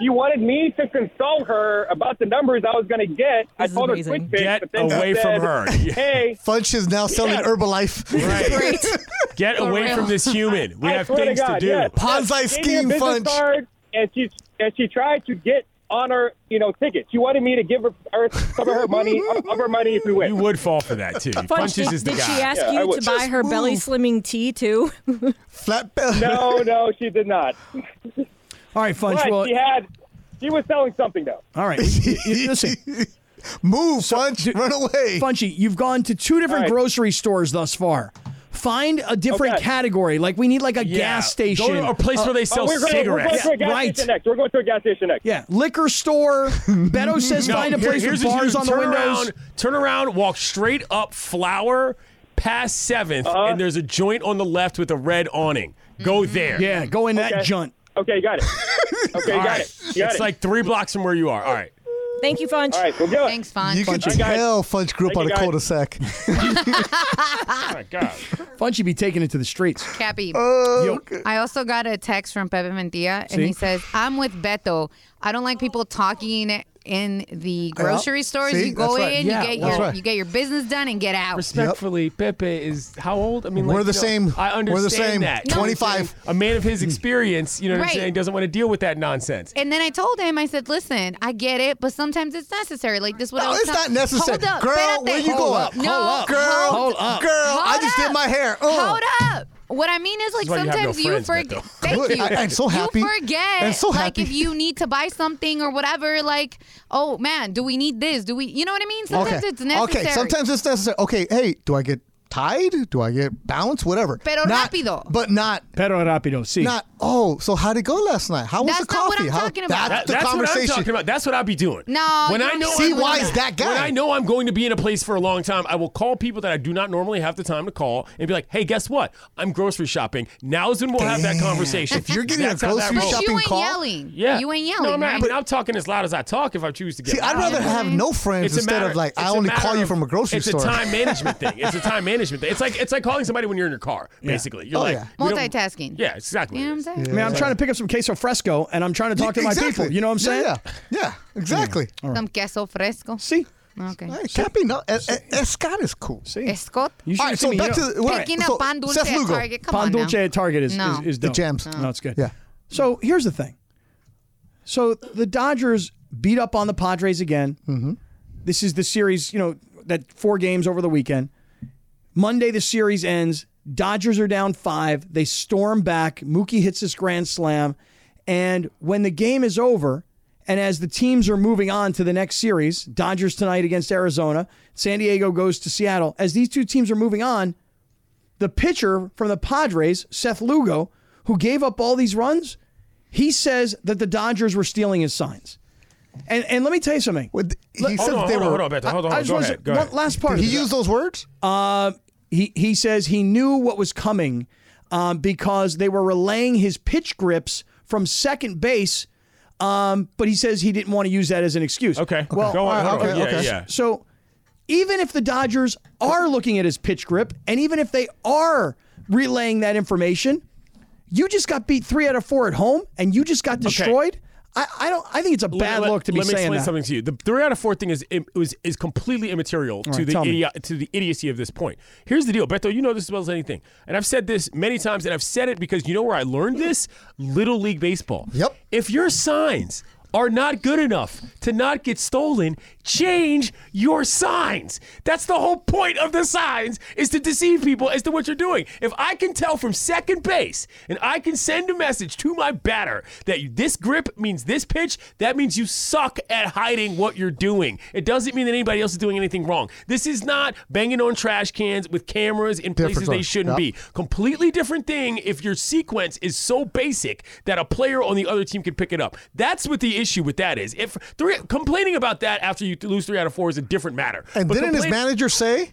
Speaker 5: she wanted me to consult her about the numbers I was going to get. I
Speaker 4: This is
Speaker 5: told her
Speaker 4: amazing.
Speaker 5: quick fix,
Speaker 2: Get
Speaker 5: but then she
Speaker 2: away from
Speaker 5: said,
Speaker 2: her.
Speaker 5: Hey,
Speaker 3: Funch is now selling
Speaker 5: Yeah.
Speaker 3: Herbalife.
Speaker 2: Right. Get away
Speaker 6: real.
Speaker 2: from this human. We
Speaker 5: I
Speaker 2: have
Speaker 5: swear to
Speaker 2: things to,
Speaker 5: God,
Speaker 2: do.
Speaker 5: yes.
Speaker 3: Ponzi
Speaker 5: She gave me a
Speaker 3: scheme,
Speaker 5: business
Speaker 3: Funch.
Speaker 5: card, and she and she tried to get on her, you know, ticket. She wanted me to give her, her some of her money, of her money if we win.
Speaker 2: You would fall for that too.
Speaker 4: Fun,
Speaker 2: Punches is the
Speaker 4: did
Speaker 2: guy.
Speaker 4: she ask
Speaker 5: Yeah, I
Speaker 4: you to
Speaker 5: would-
Speaker 4: buy her belly slimming tea too?
Speaker 3: Flat bill.
Speaker 5: No, no, she did not.
Speaker 1: All right, Funch.
Speaker 5: But
Speaker 1: Well,
Speaker 5: she had, she was selling something though.
Speaker 1: all right. You- you- Listen,
Speaker 3: Move, Funch. run away.
Speaker 1: Funchy, you've gone to two different
Speaker 5: right.
Speaker 1: grocery stores thus far. Find a different
Speaker 5: Okay.
Speaker 1: category. Like we need like a
Speaker 2: Yeah.
Speaker 1: gas station,
Speaker 2: Go to a place where they
Speaker 5: Oh,
Speaker 2: sell
Speaker 5: we're, going, we're going
Speaker 2: cigarettes.
Speaker 5: to a gas
Speaker 1: Right.
Speaker 5: station next. We're going to a gas station next.
Speaker 1: Yeah, liquor store. Beto says find a
Speaker 2: here-
Speaker 1: place with
Speaker 2: here's what
Speaker 1: bars
Speaker 2: you do.
Speaker 1: on the
Speaker 2: turn
Speaker 1: windows.
Speaker 2: Around, turn around, walk straight up Flower past 7th and there's a joint on the left with a red awning. Go there.
Speaker 1: Yeah, go in that junt.
Speaker 5: Okay, got it. Okay,
Speaker 2: All
Speaker 5: got
Speaker 2: right.
Speaker 5: it. Got
Speaker 2: it's
Speaker 5: it.
Speaker 2: like three blocks from where you are. All right.
Speaker 4: Thank you, Funch.
Speaker 5: All right, we'll do it.
Speaker 6: Thanks, Fonz.
Speaker 3: You can
Speaker 5: Funch. Guys.
Speaker 3: tell Funch grew up
Speaker 5: Thank
Speaker 3: on
Speaker 5: you,
Speaker 3: a
Speaker 5: guys.
Speaker 3: cul-de-sac.
Speaker 2: Oh my God.
Speaker 1: Funchy be taking it to the streets.
Speaker 6: Cappy.
Speaker 3: Oh,
Speaker 1: Yo,
Speaker 6: I also got a text from Pepe Mentia, and
Speaker 1: See?
Speaker 6: he says, "I'm with Beto. I don't like people talking in the grocery stores.
Speaker 3: See?
Speaker 6: you go
Speaker 3: That's right.
Speaker 6: in,
Speaker 3: Yeah,
Speaker 6: you get
Speaker 3: that's
Speaker 6: your
Speaker 3: right.
Speaker 6: you get your business done, and get out."
Speaker 2: Respectfully, Pepe is how old? I mean,
Speaker 3: We're
Speaker 2: like,
Speaker 3: the
Speaker 2: you know,
Speaker 3: same.
Speaker 2: I understand
Speaker 3: We're the same.
Speaker 2: that.
Speaker 3: No. 25.
Speaker 2: A man of his experience, you know what I'm
Speaker 6: Right.
Speaker 2: saying, doesn't want to deal with that nonsense.
Speaker 6: And then I told him, I said, "Listen, I get it, but sometimes it's necessary. Like this, what I
Speaker 3: No,
Speaker 6: was
Speaker 3: it's not
Speaker 6: tell-
Speaker 3: necessary.
Speaker 6: Hold up,
Speaker 3: Girl,
Speaker 6: espérate.
Speaker 3: where you
Speaker 6: Hold
Speaker 3: going?
Speaker 6: up, No,
Speaker 1: Hold up.
Speaker 3: Girl,
Speaker 1: Hold up.
Speaker 3: girl, I
Speaker 6: Hold
Speaker 3: just
Speaker 6: up.
Speaker 3: did my hair. Oh.
Speaker 6: Hold up. What I mean is, like,
Speaker 2: is why you have no
Speaker 6: sometimes you,
Speaker 2: friends,
Speaker 6: forget.
Speaker 2: Beto.
Speaker 6: Thank
Speaker 3: Look,
Speaker 6: you.
Speaker 3: I- I'm so happy.
Speaker 6: You forget.
Speaker 3: I'm so
Speaker 6: Like,
Speaker 3: happy.
Speaker 6: if you need to buy something or whatever, like, oh man, do we need this? Do we, you know what I mean? Sometimes it's necessary.
Speaker 3: Okay, sometimes it's necessary. Okay, hey, do I get tied? Do I get bounced? Whatever.
Speaker 6: Pero
Speaker 3: Not-
Speaker 6: rápido.
Speaker 3: But not
Speaker 1: Pero rapido, see.
Speaker 3: not. Oh, so how'd it go last night? How was
Speaker 6: That's
Speaker 3: the
Speaker 6: not what
Speaker 3: coffee?
Speaker 6: I'm
Speaker 3: How-
Speaker 6: talking
Speaker 3: That's
Speaker 6: about.
Speaker 2: That-
Speaker 3: the
Speaker 2: that's
Speaker 3: conversation.
Speaker 2: what I'm talking about. That's what I'll be doing.
Speaker 6: No,
Speaker 2: when
Speaker 6: you
Speaker 2: I
Speaker 6: don't
Speaker 2: know
Speaker 6: See,
Speaker 2: I'm-
Speaker 6: why is
Speaker 3: that guy?
Speaker 2: When I know I'm going to be in a place for a long time, I will call people that I do not normally have the time to call and be like, "Hey, guess what? I'm grocery shopping. Now's when we'll have that
Speaker 3: Damn.
Speaker 2: conversation."
Speaker 3: If you're getting a
Speaker 2: That's how that
Speaker 3: grocery
Speaker 6: But
Speaker 2: rolls.
Speaker 3: shopping
Speaker 6: you ain't
Speaker 3: call?
Speaker 6: yelling.
Speaker 2: yeah,
Speaker 6: You ain't yelling.
Speaker 2: No, I'm, not,
Speaker 6: right?
Speaker 2: I am talking as loud as I talk if I choose to get.
Speaker 3: See, I'd
Speaker 2: loud.
Speaker 3: rather have no friends
Speaker 2: a
Speaker 3: instead
Speaker 2: matter-
Speaker 3: of like I
Speaker 2: it's a
Speaker 3: only
Speaker 2: matter
Speaker 3: call you
Speaker 2: of-
Speaker 3: from a grocery
Speaker 2: it's
Speaker 3: store.
Speaker 2: a time management thing. It's a time management thing. It's like it's like calling somebody when you're in your car, basically. You're
Speaker 3: Oh,
Speaker 2: like
Speaker 3: yeah.
Speaker 2: we don't-
Speaker 6: Multitasking.
Speaker 2: Yeah, exactly.
Speaker 6: You know what I'm saying?
Speaker 1: I mean, I'm trying to pick up some queso fresco, and I'm trying to talk to my
Speaker 3: Exactly.
Speaker 1: people. You know what I'm saying?
Speaker 3: Yeah, yeah, Yeah, exactly.
Speaker 6: Some queso fresco.
Speaker 1: See,
Speaker 6: Okay.
Speaker 3: Hey, Cappy, no, eh, eh, eh, Scott is cool. See,
Speaker 6: Escot.
Speaker 1: You should
Speaker 3: all right.
Speaker 1: have seen
Speaker 3: So
Speaker 1: me,
Speaker 3: back
Speaker 1: you
Speaker 3: to
Speaker 1: know-
Speaker 3: the, all right,
Speaker 6: Picking
Speaker 3: so
Speaker 6: up pan dulce
Speaker 3: Seth
Speaker 6: at
Speaker 3: Lugo.
Speaker 6: Target. Come
Speaker 1: pan
Speaker 6: on now.
Speaker 1: dulce at Target is
Speaker 6: No.
Speaker 1: is, is dope.
Speaker 3: gems.
Speaker 1: No, it's good.
Speaker 3: Yeah.
Speaker 1: So here's the thing. So the Dodgers beat up on the Padres again. Mm-hmm. This is the series, you know, that four games over the weekend. Monday the series ends. Dodgers are down five. They storm back. Mookie hits this grand slam, and when the game is over, and as the teams are moving on to the next series, Dodgers tonight against Arizona, San Diego goes to Seattle. As these two teams are moving on, the pitcher from the Padres, Seth Lugo, who gave up all these runs, he says that the Dodgers were stealing his signs. And and let me tell you something.
Speaker 3: Well, th- he said
Speaker 2: Hold
Speaker 3: that
Speaker 2: on,
Speaker 3: they
Speaker 2: hold on,
Speaker 3: were.
Speaker 2: hold on, Beto. Hold on,
Speaker 1: I
Speaker 2: hold on.
Speaker 1: just
Speaker 2: Go
Speaker 1: wanna
Speaker 2: ahead.
Speaker 1: say-
Speaker 2: Go
Speaker 1: one
Speaker 2: ahead.
Speaker 1: last part.
Speaker 3: Did
Speaker 1: of
Speaker 3: he
Speaker 1: this.
Speaker 3: used those words?
Speaker 2: Uh,
Speaker 1: he he says he knew what was coming um, because they were relaying his pitch grips from second base. Um, but he says he didn't want to use that as an excuse.
Speaker 2: Okay.
Speaker 1: Well,
Speaker 2: go on.
Speaker 3: all right,
Speaker 2: hold on.
Speaker 3: uh, okay,
Speaker 2: yeah,
Speaker 3: okay.
Speaker 2: yeah.
Speaker 1: so even if the Dodgers are looking at his pitch grip, and even if they are relaying that information, you just got beat three out of four at home, and you just got destroyed. I, I don't. I think it's a bad
Speaker 2: let,
Speaker 1: look to be
Speaker 2: let me
Speaker 1: saying
Speaker 2: explain
Speaker 1: that.
Speaker 2: something to you. The three out of four thing is it was is completely immaterial to
Speaker 1: right,
Speaker 2: the
Speaker 1: tell me.
Speaker 2: idio- to the idiocy of this point. Here's the deal, Beto. You know this as well as anything, and I've said this many times, and I've said it because you know where I learned this: Little League Baseball.
Speaker 3: Yep.
Speaker 2: If your signs are not good enough to not get stolen, change your signs. That's the whole point of the signs is to deceive people as to what you're doing. If I can tell from second base and I can send a message to my batter that this grip means this pitch, that means you suck at hiding what you're doing. It doesn't mean that anybody else is doing anything wrong. This is not banging on trash cans with cameras in
Speaker 3: Different
Speaker 2: places they
Speaker 3: zone.
Speaker 2: shouldn't be.
Speaker 3: Yep.
Speaker 2: Completely different thing if your sequence is so basic that a player on the other team can pick it up. That's what the issue with that is. If three, complaining about that after you lose three out of four is a different matter.
Speaker 3: And
Speaker 2: But
Speaker 3: didn't his
Speaker 2: complain-
Speaker 3: manager say?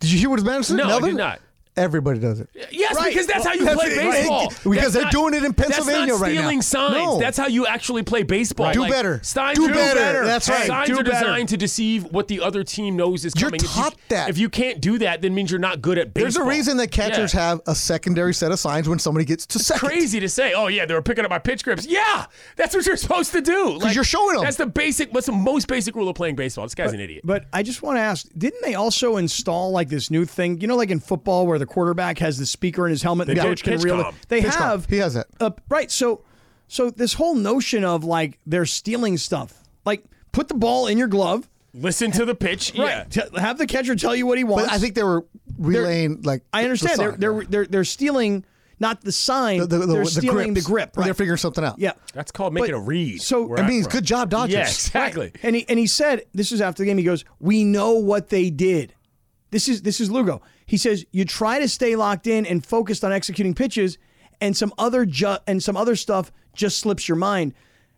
Speaker 3: Did you hear what his manager said?
Speaker 2: No, I
Speaker 3: Nothing?
Speaker 2: did not.
Speaker 3: Everybody does it.
Speaker 2: Yes,
Speaker 1: Right.
Speaker 2: because that's how you
Speaker 3: Oh, That's
Speaker 2: play
Speaker 3: it, right.
Speaker 2: baseball.
Speaker 3: Because they're doing it in Pennsylvania
Speaker 2: that's not
Speaker 3: right now.
Speaker 2: stealing signs.
Speaker 3: No.
Speaker 2: That's how you actually play baseball.
Speaker 3: Do
Speaker 2: Like,
Speaker 3: better.
Speaker 2: Signs
Speaker 3: Do
Speaker 2: are-
Speaker 3: better. That's right.
Speaker 2: Signs
Speaker 3: Do
Speaker 2: are
Speaker 3: better.
Speaker 2: designed to deceive what the other team knows is
Speaker 3: You're
Speaker 2: coming. If
Speaker 3: taught that.
Speaker 2: If you can't do that, then means you're not good at baseball.
Speaker 3: There's a reason that catchers
Speaker 2: Yeah.
Speaker 3: have a secondary set of signs when somebody gets to second.
Speaker 2: crazy to say, oh yeah, they were picking up my pitch grips. Yeah, that's what you're supposed to do. Because
Speaker 3: you're showing 'em.
Speaker 2: That's the basic. What's the most basic rule of playing baseball? This guy's an idiot.
Speaker 1: But I just want to ask, didn't they also install like this new thing? You know, like in football, where the quarterback has the speaker in his helmet, and the
Speaker 2: did
Speaker 1: coach can
Speaker 2: pitch
Speaker 1: reel it.
Speaker 2: com.
Speaker 1: They
Speaker 3: Pitch com.
Speaker 1: have.
Speaker 3: He has it.
Speaker 1: Uh, right. So, so this whole notion of like they're stealing stuff, like put the ball in your glove.
Speaker 2: Listen to the pitch. Yeah.
Speaker 1: Right. T- have the catcher tell you what he wants.
Speaker 3: But I think they were relaying like
Speaker 1: I understand.
Speaker 3: the
Speaker 1: They're
Speaker 3: sign.
Speaker 1: they're they're they're stealing not the sign.
Speaker 3: The- the- the-
Speaker 1: they're
Speaker 3: the
Speaker 1: stealing
Speaker 3: grips.
Speaker 1: the grip. Right.
Speaker 3: They're figuring something out.
Speaker 1: Yeah.
Speaker 2: That's called making
Speaker 1: But-
Speaker 2: a read.
Speaker 1: so-
Speaker 2: where
Speaker 1: I
Speaker 2: I'm
Speaker 3: mean,
Speaker 2: from.
Speaker 3: good job, Dodgers.
Speaker 2: Yeah, exactly.
Speaker 1: And he and he said, this is after the game. He goes, "We know what they did." This is this is Lugo. He says, "You try to stay locked in and focused on executing pitches, and some other ju- and some other stuff just slips your mind."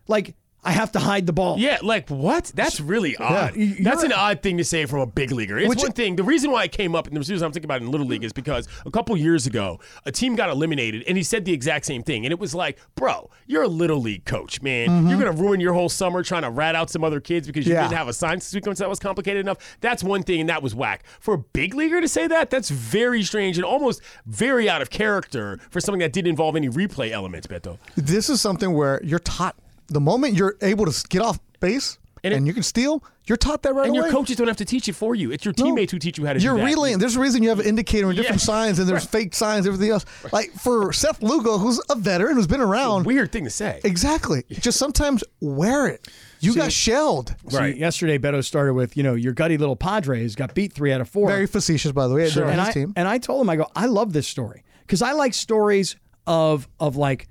Speaker 1: Like I have to hide the ball.
Speaker 2: Yeah, like what? That's really odd.
Speaker 1: You- you're-
Speaker 2: That's an odd thing to say from a big leaguer. It's
Speaker 3: Which-
Speaker 2: one thing. The reason why it came up, and the reason I'm thinking about it in Little League, is because a couple years ago, a team got eliminated, and he said the exact same thing. And it was like, bro, you're a Little League coach, man. You're going to ruin your whole summer trying to rat out some other kids because you
Speaker 3: Mm-hmm. Yeah.
Speaker 2: didn't have a science sequence that was complicated enough. That's one thing, and that was whack. For a big leaguer to say that, that's very strange and almost very out of character for something that didn't involve any replay elements, Beto.
Speaker 3: This is something where you're taught the moment you're able to s- get off base
Speaker 2: And
Speaker 3: and,
Speaker 2: it-
Speaker 3: you can steal, you're taught that right
Speaker 2: And
Speaker 3: away.
Speaker 2: your coaches don't have to teach it for you. It's your
Speaker 3: No.
Speaker 2: teammates who teach you how to
Speaker 3: You're
Speaker 2: do that.
Speaker 3: relaying. There's a reason you have an indicator and different
Speaker 2: Yeah.
Speaker 3: signs, and there's fake signs, everything else. Like for Seth Lugo, who's a veteran who's been around.
Speaker 2: Weird thing to say.
Speaker 3: Exactly. Just sometimes wear it. You got shelled.
Speaker 1: So
Speaker 2: Right.
Speaker 1: yesterday, Beto started with, you know, your gutty little Padres got beat three out of four.
Speaker 3: Very facetious, by the way. during
Speaker 1: and
Speaker 3: his
Speaker 1: I,
Speaker 3: team.
Speaker 1: And I told him, I go, I love this story because I like stories of of like,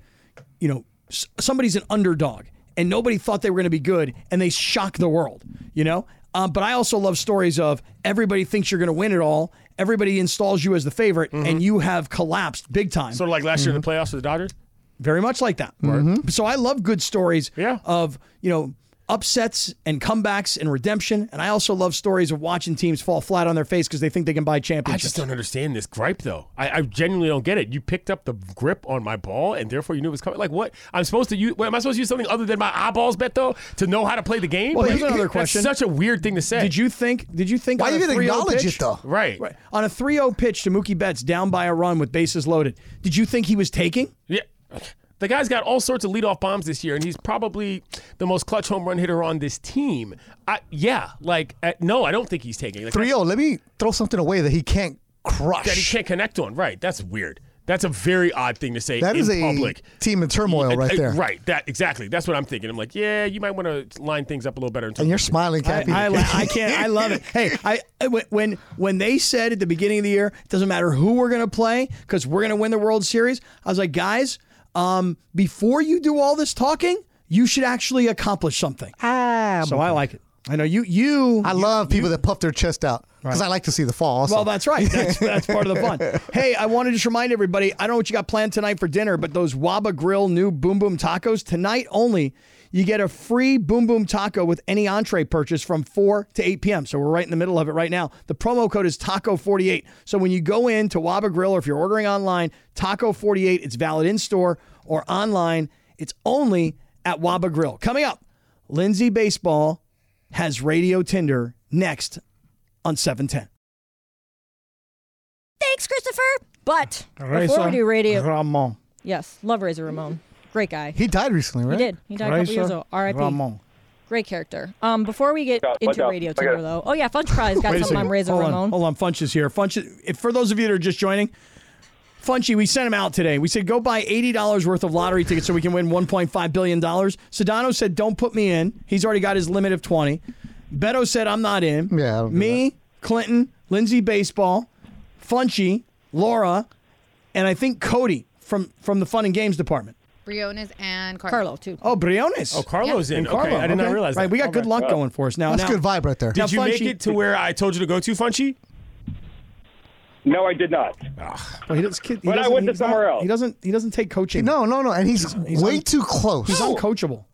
Speaker 1: you know, s- somebody's an underdog and nobody thought they were going to be good and they shock the world, you know. Um, but I also love stories of everybody thinks you're going to win it all. Everybody installs you as the favorite,
Speaker 3: Mm-hmm.
Speaker 1: and you have collapsed big time.
Speaker 2: Sort of like last year in the playoffs for the Dodgers.
Speaker 1: Very much like that. Mm-hmm. So I love good stories
Speaker 2: Yeah.
Speaker 1: of, you know, upsets and comebacks and redemption. And I also love stories of watching teams fall flat on their face because they think they can buy
Speaker 2: I
Speaker 1: championships.
Speaker 2: just don't understand this gripe though. I, I genuinely don't get it. You picked up the grip on my ball, and therefore you knew it was coming. Like what? I'm supposed to use? Wait, am I supposed to use something other than my eyeballs, Beto, to know how to play the game?
Speaker 1: Well,
Speaker 2: Like,
Speaker 1: here's another
Speaker 2: that's
Speaker 1: question.
Speaker 2: such a weird thing to say.
Speaker 1: did you think did you think
Speaker 3: Why
Speaker 1: on a
Speaker 3: even
Speaker 1: 3-0
Speaker 3: acknowledge
Speaker 1: pitch-
Speaker 3: it though?
Speaker 2: Right.
Speaker 1: Right. On a 3-0 pitch to Mookie Betts down by a run with bases loaded. Did you think he was taking?
Speaker 2: Yeah. The guy's got all sorts of leadoff bombs this year, and he's probably the most clutch home run hitter on this team. I, yeah, like uh, no, I don't think he's taking like,
Speaker 3: 3 0. oh, Let me throw something away that he can't crush.
Speaker 2: that he can't connect on. Right? That's weird. That's a very odd thing to say
Speaker 3: That
Speaker 2: in
Speaker 3: is a
Speaker 2: public.
Speaker 3: team in turmoil
Speaker 2: Uh,
Speaker 3: right
Speaker 2: uh,
Speaker 3: there.
Speaker 2: Right. That exactly. That's what I'm thinking. I'm like, yeah, you might want to line things up a little better. in terms
Speaker 3: And you're
Speaker 2: of-
Speaker 3: smiling,
Speaker 1: I,
Speaker 3: Cappy.
Speaker 1: I, la- I can't. I love it. Hey, I I- when- when when they said at the beginning of the year, it doesn't matter who we're gonna play because we're gonna win the World Series. I was like, guys, um, before you do all this talking, you should actually accomplish something.
Speaker 3: Ah,
Speaker 1: So I like it. I know you. You.
Speaker 3: I love people that puff their chest out because I like to see the fall. Also.
Speaker 1: well, that's right. That's, that's part of the fun. Hey, I want to just remind everybody I don't know what you got planned tonight for dinner, but those Waba Grill new Boom Boom Tacos, tonight only, you get a free Boom Boom Taco with any entree purchase from 4 to 8 p.m. So we're right in the middle of it right now. The promo code is TACO48. So when you go in to Waba Grill or if you're ordering online, TACO48, it's valid in store or online. It's only at Waba Grill. Coming up, Lindsay Baseball has Radio Tinder next on 710.
Speaker 4: Thanks, Christopher. But before we do radio, yes, love Razor Ramon. Great guy.
Speaker 3: He died recently,
Speaker 4: He
Speaker 3: right?
Speaker 4: did. He died a couple years ago. R.I.P.
Speaker 3: Ramon.
Speaker 4: Great character. Um, before we get
Speaker 5: Watch out,
Speaker 4: into
Speaker 5: watch out.
Speaker 4: radio
Speaker 5: I got
Speaker 4: tour,
Speaker 5: it.
Speaker 4: though, oh yeah, Funch Fry's got
Speaker 3: Wait a
Speaker 4: something on
Speaker 3: second.
Speaker 4: Razor
Speaker 1: Hold on,
Speaker 4: Ramon.
Speaker 1: hold on. Funch is here. Funch, if, for those of you that are just joining, Funchy, we sent him out today. We said go buy eighty dollars worth of lottery tickets so we can win one point five billion dollars. Sedano said, "Don't put me in." He's already got his limit of twenty. Beto said, "I'm not in."
Speaker 3: Yeah, I don't do
Speaker 1: me, Clinton, Lindsay, baseball, Funchy, Laura, and I think Cody from from the Fun and Games department.
Speaker 6: Briones and Carlos.
Speaker 4: Carlo too.
Speaker 1: Oh, Briones.
Speaker 2: Oh, Carlo's in.
Speaker 1: And
Speaker 2: okay,
Speaker 1: Carlo,
Speaker 2: I did not
Speaker 1: okay.
Speaker 2: realize
Speaker 1: Right,
Speaker 2: that.
Speaker 1: we got
Speaker 2: All
Speaker 1: good
Speaker 2: right.
Speaker 1: luck going for us now.
Speaker 3: That's
Speaker 1: now,
Speaker 3: good vibe right there.
Speaker 1: Now,
Speaker 2: Did you make
Speaker 1: Funchy-
Speaker 2: it to where I told you to go to, Funchy?
Speaker 5: No, I did not.
Speaker 1: Well, he doesn't- he
Speaker 5: But I
Speaker 1: doesn't-
Speaker 5: went to
Speaker 1: he's not-
Speaker 5: somewhere else.
Speaker 1: He doesn't. He doesn't take coaching.
Speaker 3: No, no, no. And he's, way
Speaker 1: un-
Speaker 3: too close.
Speaker 1: he's uncoachable.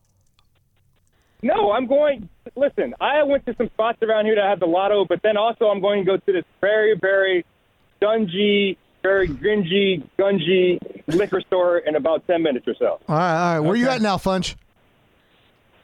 Speaker 5: No, I'm going. Listen, I went to some spots around here that have the lotto, but then also I'm going to go to this very, very dungy, very gringy, gungy liquor store in about 10 minutes or so.
Speaker 3: all right, all right. Where you at now, Funch?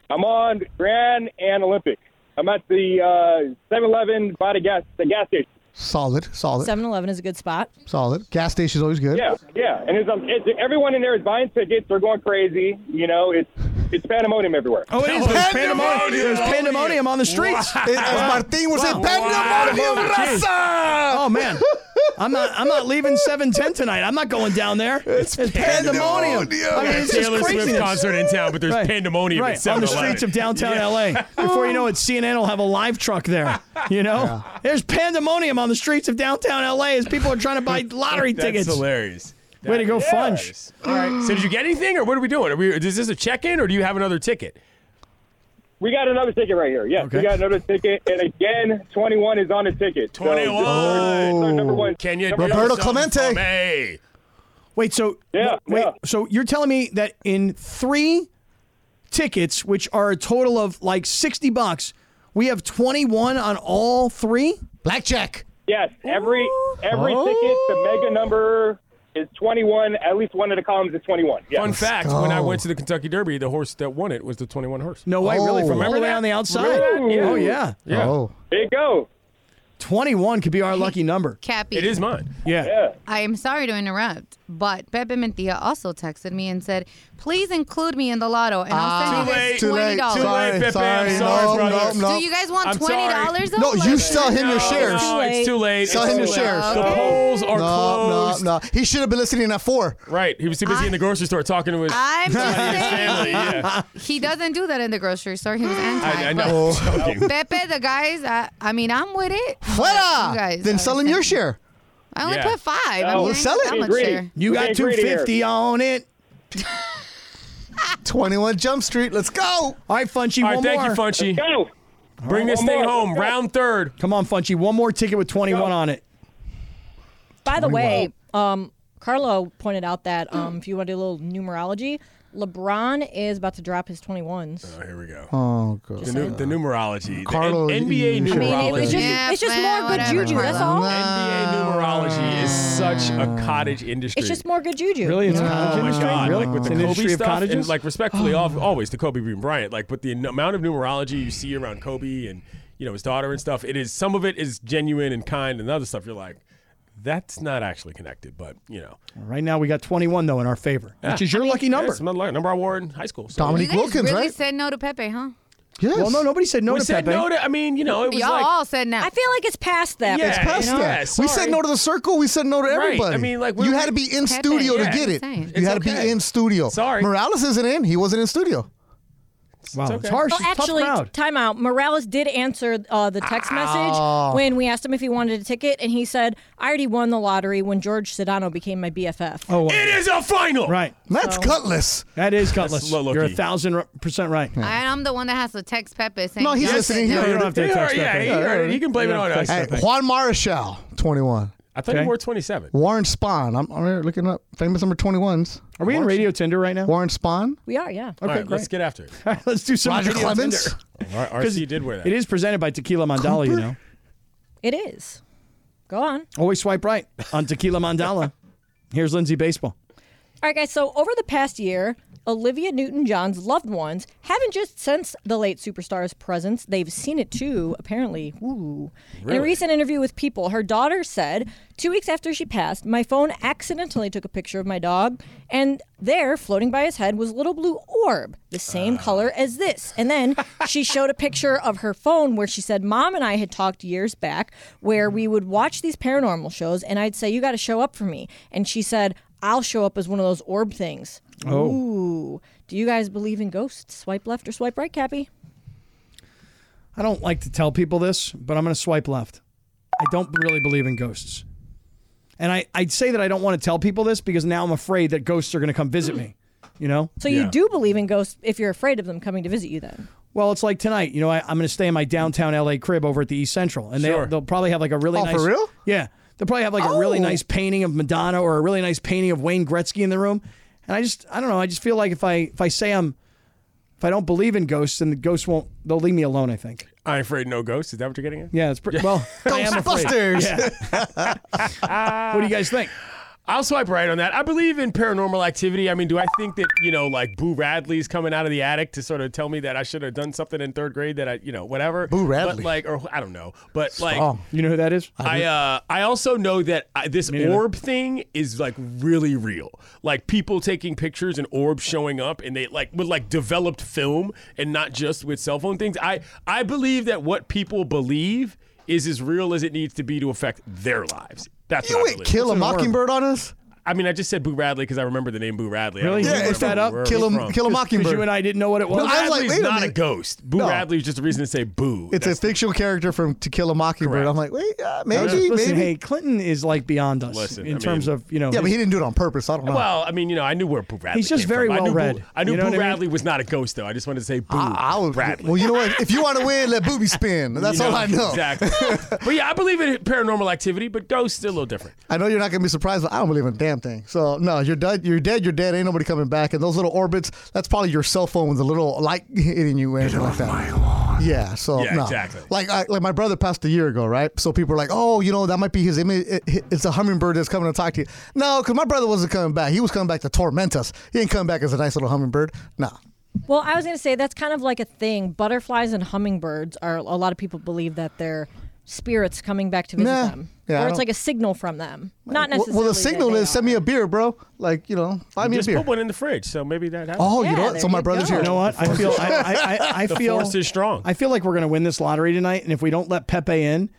Speaker 5: I'm on Grand and Olympic. I'm at the 7 Eleven by the gas, the gas station.
Speaker 3: Solid, solid,
Speaker 4: 7-Eleven is a good spot.
Speaker 3: solid. Gas station's always good.
Speaker 5: Yeah, yeah. And it's, um, it's, everyone in there is buying tickets. They're going crazy. You know, it's, it's pandemonium everywhere.
Speaker 1: Oh, it is.
Speaker 2: was
Speaker 1: There's pandemonium. Oh,
Speaker 2: pandemonium.
Speaker 1: There's pandemonium on the streets.
Speaker 3: It- as Martin was in pandemonium.
Speaker 1: Jeez. Oh man, I'm not. I'm not leaving 710 tonight. I'm not going down there. It's, pandemonium. I mean, it's
Speaker 2: Taylor
Speaker 1: just
Speaker 2: Swift
Speaker 1: craziness.
Speaker 2: concert in town, but there's
Speaker 1: Right.
Speaker 2: pandemonium
Speaker 1: right.
Speaker 2: at
Speaker 1: on
Speaker 2: 7
Speaker 1: the streets of downtown LA. Before you know it, CNN will have a live truck there. You know, there's pandemonium on the streets of downtown LA as people are trying to buy lottery
Speaker 2: That's
Speaker 1: tickets.
Speaker 2: hilarious.
Speaker 1: Way to go,
Speaker 2: That is
Speaker 1: Funch.
Speaker 2: hilarious. All right. So did you get anything, or what are we doing? Are we? Is this a check-in, or do you have another ticket?
Speaker 5: We got another ticket right here. Yes,
Speaker 1: Okay.
Speaker 5: we got another ticket. And again, 21 is on the ticket. So-
Speaker 2: 21.
Speaker 5: So number one.
Speaker 2: Can you,
Speaker 5: number
Speaker 2: do
Speaker 5: one.
Speaker 3: Roberto
Speaker 2: something
Speaker 3: Clemente.
Speaker 2: for me?
Speaker 1: Wait, so
Speaker 5: Yeah,
Speaker 1: wait,
Speaker 5: yeah.
Speaker 1: so you're telling me that in three tickets, which are a total of like sixty bucks, we have twenty one on all three?
Speaker 3: Blackjack.
Speaker 5: Yes, every every
Speaker 2: Oh.
Speaker 5: ticket, the mega number is 21. At least one of the columns is 21. Yes.
Speaker 2: Fun fact: When I
Speaker 3: go.
Speaker 2: went to the Kentucky Derby, the horse that won it was the 21 horse.
Speaker 1: No way, really.
Speaker 3: Oh.
Speaker 1: From all the
Speaker 2: Remember
Speaker 1: way
Speaker 2: that?
Speaker 1: on the outside.
Speaker 2: Remember that? Yeah.
Speaker 1: Oh yeah.
Speaker 2: Yeah,
Speaker 3: Oh,
Speaker 5: There you go.
Speaker 1: Twenty one could be our lucky number.
Speaker 6: Cappy.
Speaker 2: it is mine.
Speaker 1: Yeah.
Speaker 5: Yeah.
Speaker 6: I am sorry to interrupt, but Pepe Mentia also texted me and said, please include me in the lotto and I'll
Speaker 2: Too
Speaker 6: send
Speaker 2: late,
Speaker 6: you
Speaker 3: too
Speaker 6: guys
Speaker 3: late.
Speaker 6: $20.
Speaker 3: Too
Speaker 2: Sorry,
Speaker 3: late.
Speaker 2: Pepe,
Speaker 3: Sorry.
Speaker 2: I'm sorry,
Speaker 3: No, no,
Speaker 2: brother.
Speaker 3: no.
Speaker 6: Do you guys want
Speaker 2: I'm sorry.
Speaker 6: $20 though?
Speaker 3: No, you
Speaker 6: Like-
Speaker 3: sell him your shares.
Speaker 2: No, it's too late.
Speaker 3: Sell
Speaker 2: It's
Speaker 3: him
Speaker 2: too
Speaker 3: your
Speaker 2: late.
Speaker 3: shares.
Speaker 2: The
Speaker 3: Okay.
Speaker 2: polls are
Speaker 3: No,
Speaker 2: closed.
Speaker 3: no, no. He should have been listening at four.
Speaker 2: Right, he was too busy in the grocery store talking to his
Speaker 6: I'm just saying.
Speaker 2: family. Yeah,
Speaker 6: He doesn't do that in the grocery store. He was anti.
Speaker 2: I, I know.
Speaker 3: Oh.
Speaker 2: I'm joking.
Speaker 6: but Pepe, the guys, I, I mean, I'm with it. but you
Speaker 3: Fuera!
Speaker 6: guys
Speaker 3: Then sell him your
Speaker 6: understand.
Speaker 3: share.
Speaker 6: I only
Speaker 2: Yeah.
Speaker 6: put five.
Speaker 5: Oh,
Speaker 6: I'm
Speaker 5: well,
Speaker 3: sell it.
Speaker 6: How much
Speaker 5: Greedy.
Speaker 6: there?
Speaker 1: You
Speaker 5: We
Speaker 1: got
Speaker 5: ain't
Speaker 1: two
Speaker 5: greedy here.
Speaker 1: fifty on it.
Speaker 3: 21 Jump Street. Let's go.
Speaker 1: All right, Funchy,
Speaker 2: All right,
Speaker 1: one
Speaker 2: thank
Speaker 1: more.
Speaker 2: you, Funchy.
Speaker 5: Go.
Speaker 2: Bring this
Speaker 5: One
Speaker 2: thing
Speaker 5: more.
Speaker 2: home. Round third.
Speaker 1: Come on, Funchy, one more ticket with twenty one on it.
Speaker 4: By the way, um, Carlo pointed out that um, if you want to do a little numerology, LeBron is about to drop his 21s.
Speaker 1: Uh,
Speaker 2: Oh, here we go.
Speaker 3: Oh, God.
Speaker 2: The, nu- the numerology.
Speaker 3: Carlo,
Speaker 2: the N- NBA
Speaker 3: you should-
Speaker 4: I mean, it was
Speaker 2: numerology.
Speaker 4: just,
Speaker 6: Yeah,
Speaker 4: it's just
Speaker 6: well,
Speaker 4: more good
Speaker 6: whatever,
Speaker 4: juju. That's all.
Speaker 6: Carlo.
Speaker 2: NBA numerology is such a cottage industry.
Speaker 4: It's just more good juju.
Speaker 1: Really? It's cottage
Speaker 2: Oh my
Speaker 1: industry?
Speaker 2: God!
Speaker 1: Really?
Speaker 2: Like with
Speaker 1: It's
Speaker 2: the
Speaker 1: an
Speaker 2: Kobe
Speaker 1: industry of
Speaker 2: stuff, and
Speaker 1: cottages? Oh.
Speaker 2: like respectfully, al- always to Kobe Bean Bryant. Like, but the n- amount of numerology you see around Kobe and you know his daughter and stuff, it is some of it is genuine and kind, and the other stuff you're like, that's not actually connected. But you know,
Speaker 1: Right now we got twenty one though in our favor, which is your lucky number.
Speaker 2: That's my li- number I wore in high school. So.
Speaker 6: You
Speaker 3: Dominique
Speaker 6: guys
Speaker 3: Wilkins,
Speaker 6: really
Speaker 3: right?
Speaker 6: said no to Pepe, huh?
Speaker 3: Yes.
Speaker 1: Well, no, nobody said no
Speaker 2: we
Speaker 1: to
Speaker 2: said
Speaker 1: Pepe.
Speaker 2: no to. I mean, you know, it was
Speaker 6: Y'all
Speaker 2: like
Speaker 6: all said no.
Speaker 4: I feel like it's past that.
Speaker 2: Yeah.
Speaker 4: It's
Speaker 2: past
Speaker 3: Yes,
Speaker 2: you know?
Speaker 3: that.
Speaker 2: Yeah,
Speaker 3: we
Speaker 2: sorry.
Speaker 3: said no to the circle. We said no to everybody.
Speaker 2: I mean, like, we-
Speaker 3: you had to be in
Speaker 6: Pepe,
Speaker 3: studio
Speaker 6: yeah,
Speaker 3: to get it.
Speaker 6: it's insane.
Speaker 3: You
Speaker 2: It's
Speaker 3: had to
Speaker 2: okay.
Speaker 3: be in studio.
Speaker 2: Sorry.
Speaker 3: Morales isn't in. He wasn't in studio.
Speaker 1: Wow, it's,
Speaker 2: okay.
Speaker 1: harsh.
Speaker 4: Oh,
Speaker 1: It's a
Speaker 4: actually,
Speaker 1: tough crowd. Ah.
Speaker 4: time out. Morales did answer uh, the text message when we asked him if he wanted a ticket, and he said, "I already won the lottery when George Sedano became my BFF."
Speaker 1: Oh, wow.
Speaker 2: It is a final.
Speaker 1: right.
Speaker 3: That's Cutlass.
Speaker 1: That is Cutlass.
Speaker 2: low-low
Speaker 1: You're a
Speaker 2: key.
Speaker 1: thousand r- percent right.
Speaker 6: And I'm the one that has to text Pepe saying,
Speaker 3: No, he's
Speaker 6: "Yes,
Speaker 3: listening. He
Speaker 6: no."
Speaker 3: heard
Speaker 1: you
Speaker 3: it.
Speaker 1: don't have to
Speaker 2: Yeah,
Speaker 1: text
Speaker 2: yeah,
Speaker 1: that
Speaker 2: he
Speaker 1: thing.
Speaker 2: heard it. You can blame
Speaker 1: You
Speaker 2: it
Speaker 1: don't
Speaker 2: on
Speaker 1: have to
Speaker 2: us.
Speaker 1: text
Speaker 3: Hey,
Speaker 1: that thing.
Speaker 3: Juan Marichal, 21.
Speaker 2: I thought
Speaker 1: Okay.
Speaker 2: you wore 27.
Speaker 3: Warren Spawn. I'm, I'm here looking up famous number 21s.
Speaker 1: Are we in Radio Tinder right now?
Speaker 3: Warren Spawn.
Speaker 4: We are, yeah.
Speaker 2: All right, let's get after it.
Speaker 1: All right, let's do some
Speaker 3: Roger
Speaker 1: Radio
Speaker 3: Clemens.
Speaker 1: Tinder.
Speaker 2: All right, RC did wear that.
Speaker 1: It is presented by Tequila Mandala, you know.
Speaker 4: It is. Go on.
Speaker 1: Always swipe right on Tequila Mandala. Here's Lindsay Baseball.
Speaker 4: All right, guys. So over the past year, Olivia Newton-John's loved ones haven't just sensed the late superstar's presence; they've seen it too. Apparently, Ooh. in a recent interview with People, her daughter said, two weeks after she passed, my phone accidentally took a picture of my dog, and there, floating by his head, was a little blue orb, the same color as this. And then she showed a picture of her phone where she said, "Mom and I had talked years back, where we would watch these paranormal shows, and I'd say you got to show up for me," and she said. I'll show up as one of those orb things.
Speaker 3: Oh.
Speaker 4: Ooh. Do you guys believe in ghosts? Swipe left or swipe right, Cappy?
Speaker 1: I don't like to tell people this, but I'm going to swipe left. I don't really believe in ghosts. And I, I'd say that I don't want to tell people this because now I'm afraid that ghosts are going to come visit me. You know?
Speaker 4: So you do believe in ghosts if you're afraid of them coming to visit you then.
Speaker 1: Well, it's like tonight. You know, I, I'm going to stay in my downtown LA crib over at the East Central, and they'll, they'll probably have like a really
Speaker 3: Oh,
Speaker 1: nice.
Speaker 3: for real? Oh.
Speaker 1: Yeah, they'll probably have like a really nice painting of Madonna or a really nice painting of Wayne Gretzky in the room. And I just, I don't know. I just feel like if I if I say I'm if I don't believe in ghosts, then the ghosts won't. They'll leave me alone. I think.
Speaker 2: I ain't afraid of no ghosts. Is that what you're getting at?
Speaker 1: Yeah, it's pretty. Well, I am afraid.
Speaker 3: Ghostbusters.
Speaker 1: What do you guys think?
Speaker 2: I'll swipe right on that. I believe in paranormal activity. I mean, do I think that, you know, like Boo Radley's coming out of the attic to sort of tell me that I should have done something in third grade that I, you know, whatever.
Speaker 3: Boo
Speaker 2: But
Speaker 3: Radley.
Speaker 2: like, or I don't know. But like,
Speaker 3: Strong.
Speaker 1: You know who that is?
Speaker 2: I uh, I also know that I, this orb thing is like really real. Like people taking pictures and orbs showing up, and they like with like developed film and not just with cell phone things. I I believe that what people believe is as real as it needs to be to affect their lives. That's
Speaker 3: You
Speaker 2: what I
Speaker 3: went
Speaker 2: believe.
Speaker 3: kill a
Speaker 1: an orb?
Speaker 3: mockingbird on us?
Speaker 2: I mean, I just said Boo Radley because I remember the name Boo Radley. I
Speaker 1: Really?
Speaker 2: don't
Speaker 1: Yeah,
Speaker 2: remember
Speaker 1: it's that
Speaker 2: where
Speaker 1: up,
Speaker 2: he's
Speaker 3: Kill a
Speaker 2: from.
Speaker 3: kill a
Speaker 1: Because
Speaker 3: mockingbird.
Speaker 1: you and I didn't know what it was.
Speaker 3: No, I was like,
Speaker 2: Radley's
Speaker 3: wait a
Speaker 2: not a
Speaker 3: minute.
Speaker 2: ghost. Boo
Speaker 3: No.
Speaker 2: Radley's just a reason to say Boo.
Speaker 3: it's a
Speaker 2: That's-
Speaker 3: fictional character from To Kill a Mockingbird. I'm like, wait, uh, maybe,
Speaker 1: Listen,
Speaker 3: maybe.
Speaker 1: hey, Clinton is like beyond us
Speaker 2: Listen,
Speaker 1: in
Speaker 2: I
Speaker 1: terms
Speaker 2: mean-
Speaker 1: of you know.
Speaker 3: yeah, but
Speaker 1: his-
Speaker 3: he didn't do it on purpose. I don't know.
Speaker 2: Well, I mean, you know, I knew where Boo Radley.
Speaker 1: He's just
Speaker 2: came
Speaker 1: very
Speaker 2: from. I knew Boo-
Speaker 1: well-read.
Speaker 2: I knew
Speaker 1: You know
Speaker 2: Boo
Speaker 1: what I mean?
Speaker 2: Radley was not a ghost, though. I just wanted to say Boo
Speaker 3: I, I was,
Speaker 2: Radley.
Speaker 3: well, you know what? If you want to win, let Booby spin. That's
Speaker 2: You
Speaker 3: all I know.
Speaker 2: Exactly. but yeah, I believe in paranormal activity, but ghosts are a little different.
Speaker 3: I know you're not gonna be surprised, but I don't believe in a damn thing. So no, you're dead. You're dead. You're dead. Ain't nobody coming back. And those little orbits, that's probably your cell phone with a little light hitting you and like that. Yeah. So
Speaker 2: Yeah,
Speaker 3: no.
Speaker 2: exactly.
Speaker 3: Like I, like my brother passed a year ago, right? So people are like, oh, you know, that might be his image. It- it- It's a hummingbird that's coming to talk to you. No, because my brother wasn't coming back. He was coming back to torment us. He didn't come back as a nice little hummingbird. Nah.
Speaker 4: Well, I was going to say that's kind of like a thing. Butterflies and hummingbirds are a lot of people believe that they're spirits coming back to visit
Speaker 3: Nah.
Speaker 4: them.
Speaker 3: Yeah, I
Speaker 4: or it's
Speaker 3: don't-
Speaker 4: like a signal from them. Not
Speaker 3: Well,
Speaker 4: necessarily.
Speaker 3: well, the
Speaker 4: that
Speaker 3: signal
Speaker 4: they
Speaker 3: is send me
Speaker 4: are.
Speaker 3: a beer, bro. Like you know, buy me a
Speaker 2: Just
Speaker 3: beer.
Speaker 2: put one in the fridge, so maybe that happens.
Speaker 3: Oh, you
Speaker 4: Yeah,
Speaker 3: know what?
Speaker 4: there
Speaker 3: So my
Speaker 4: you
Speaker 3: brother's
Speaker 4: go.
Speaker 3: here.
Speaker 1: You know what? I feel I, I, I, I
Speaker 2: The
Speaker 1: feel
Speaker 2: force is strong.
Speaker 1: I feel like we're gonna win this lottery tonight, and if we don't let Pepe in,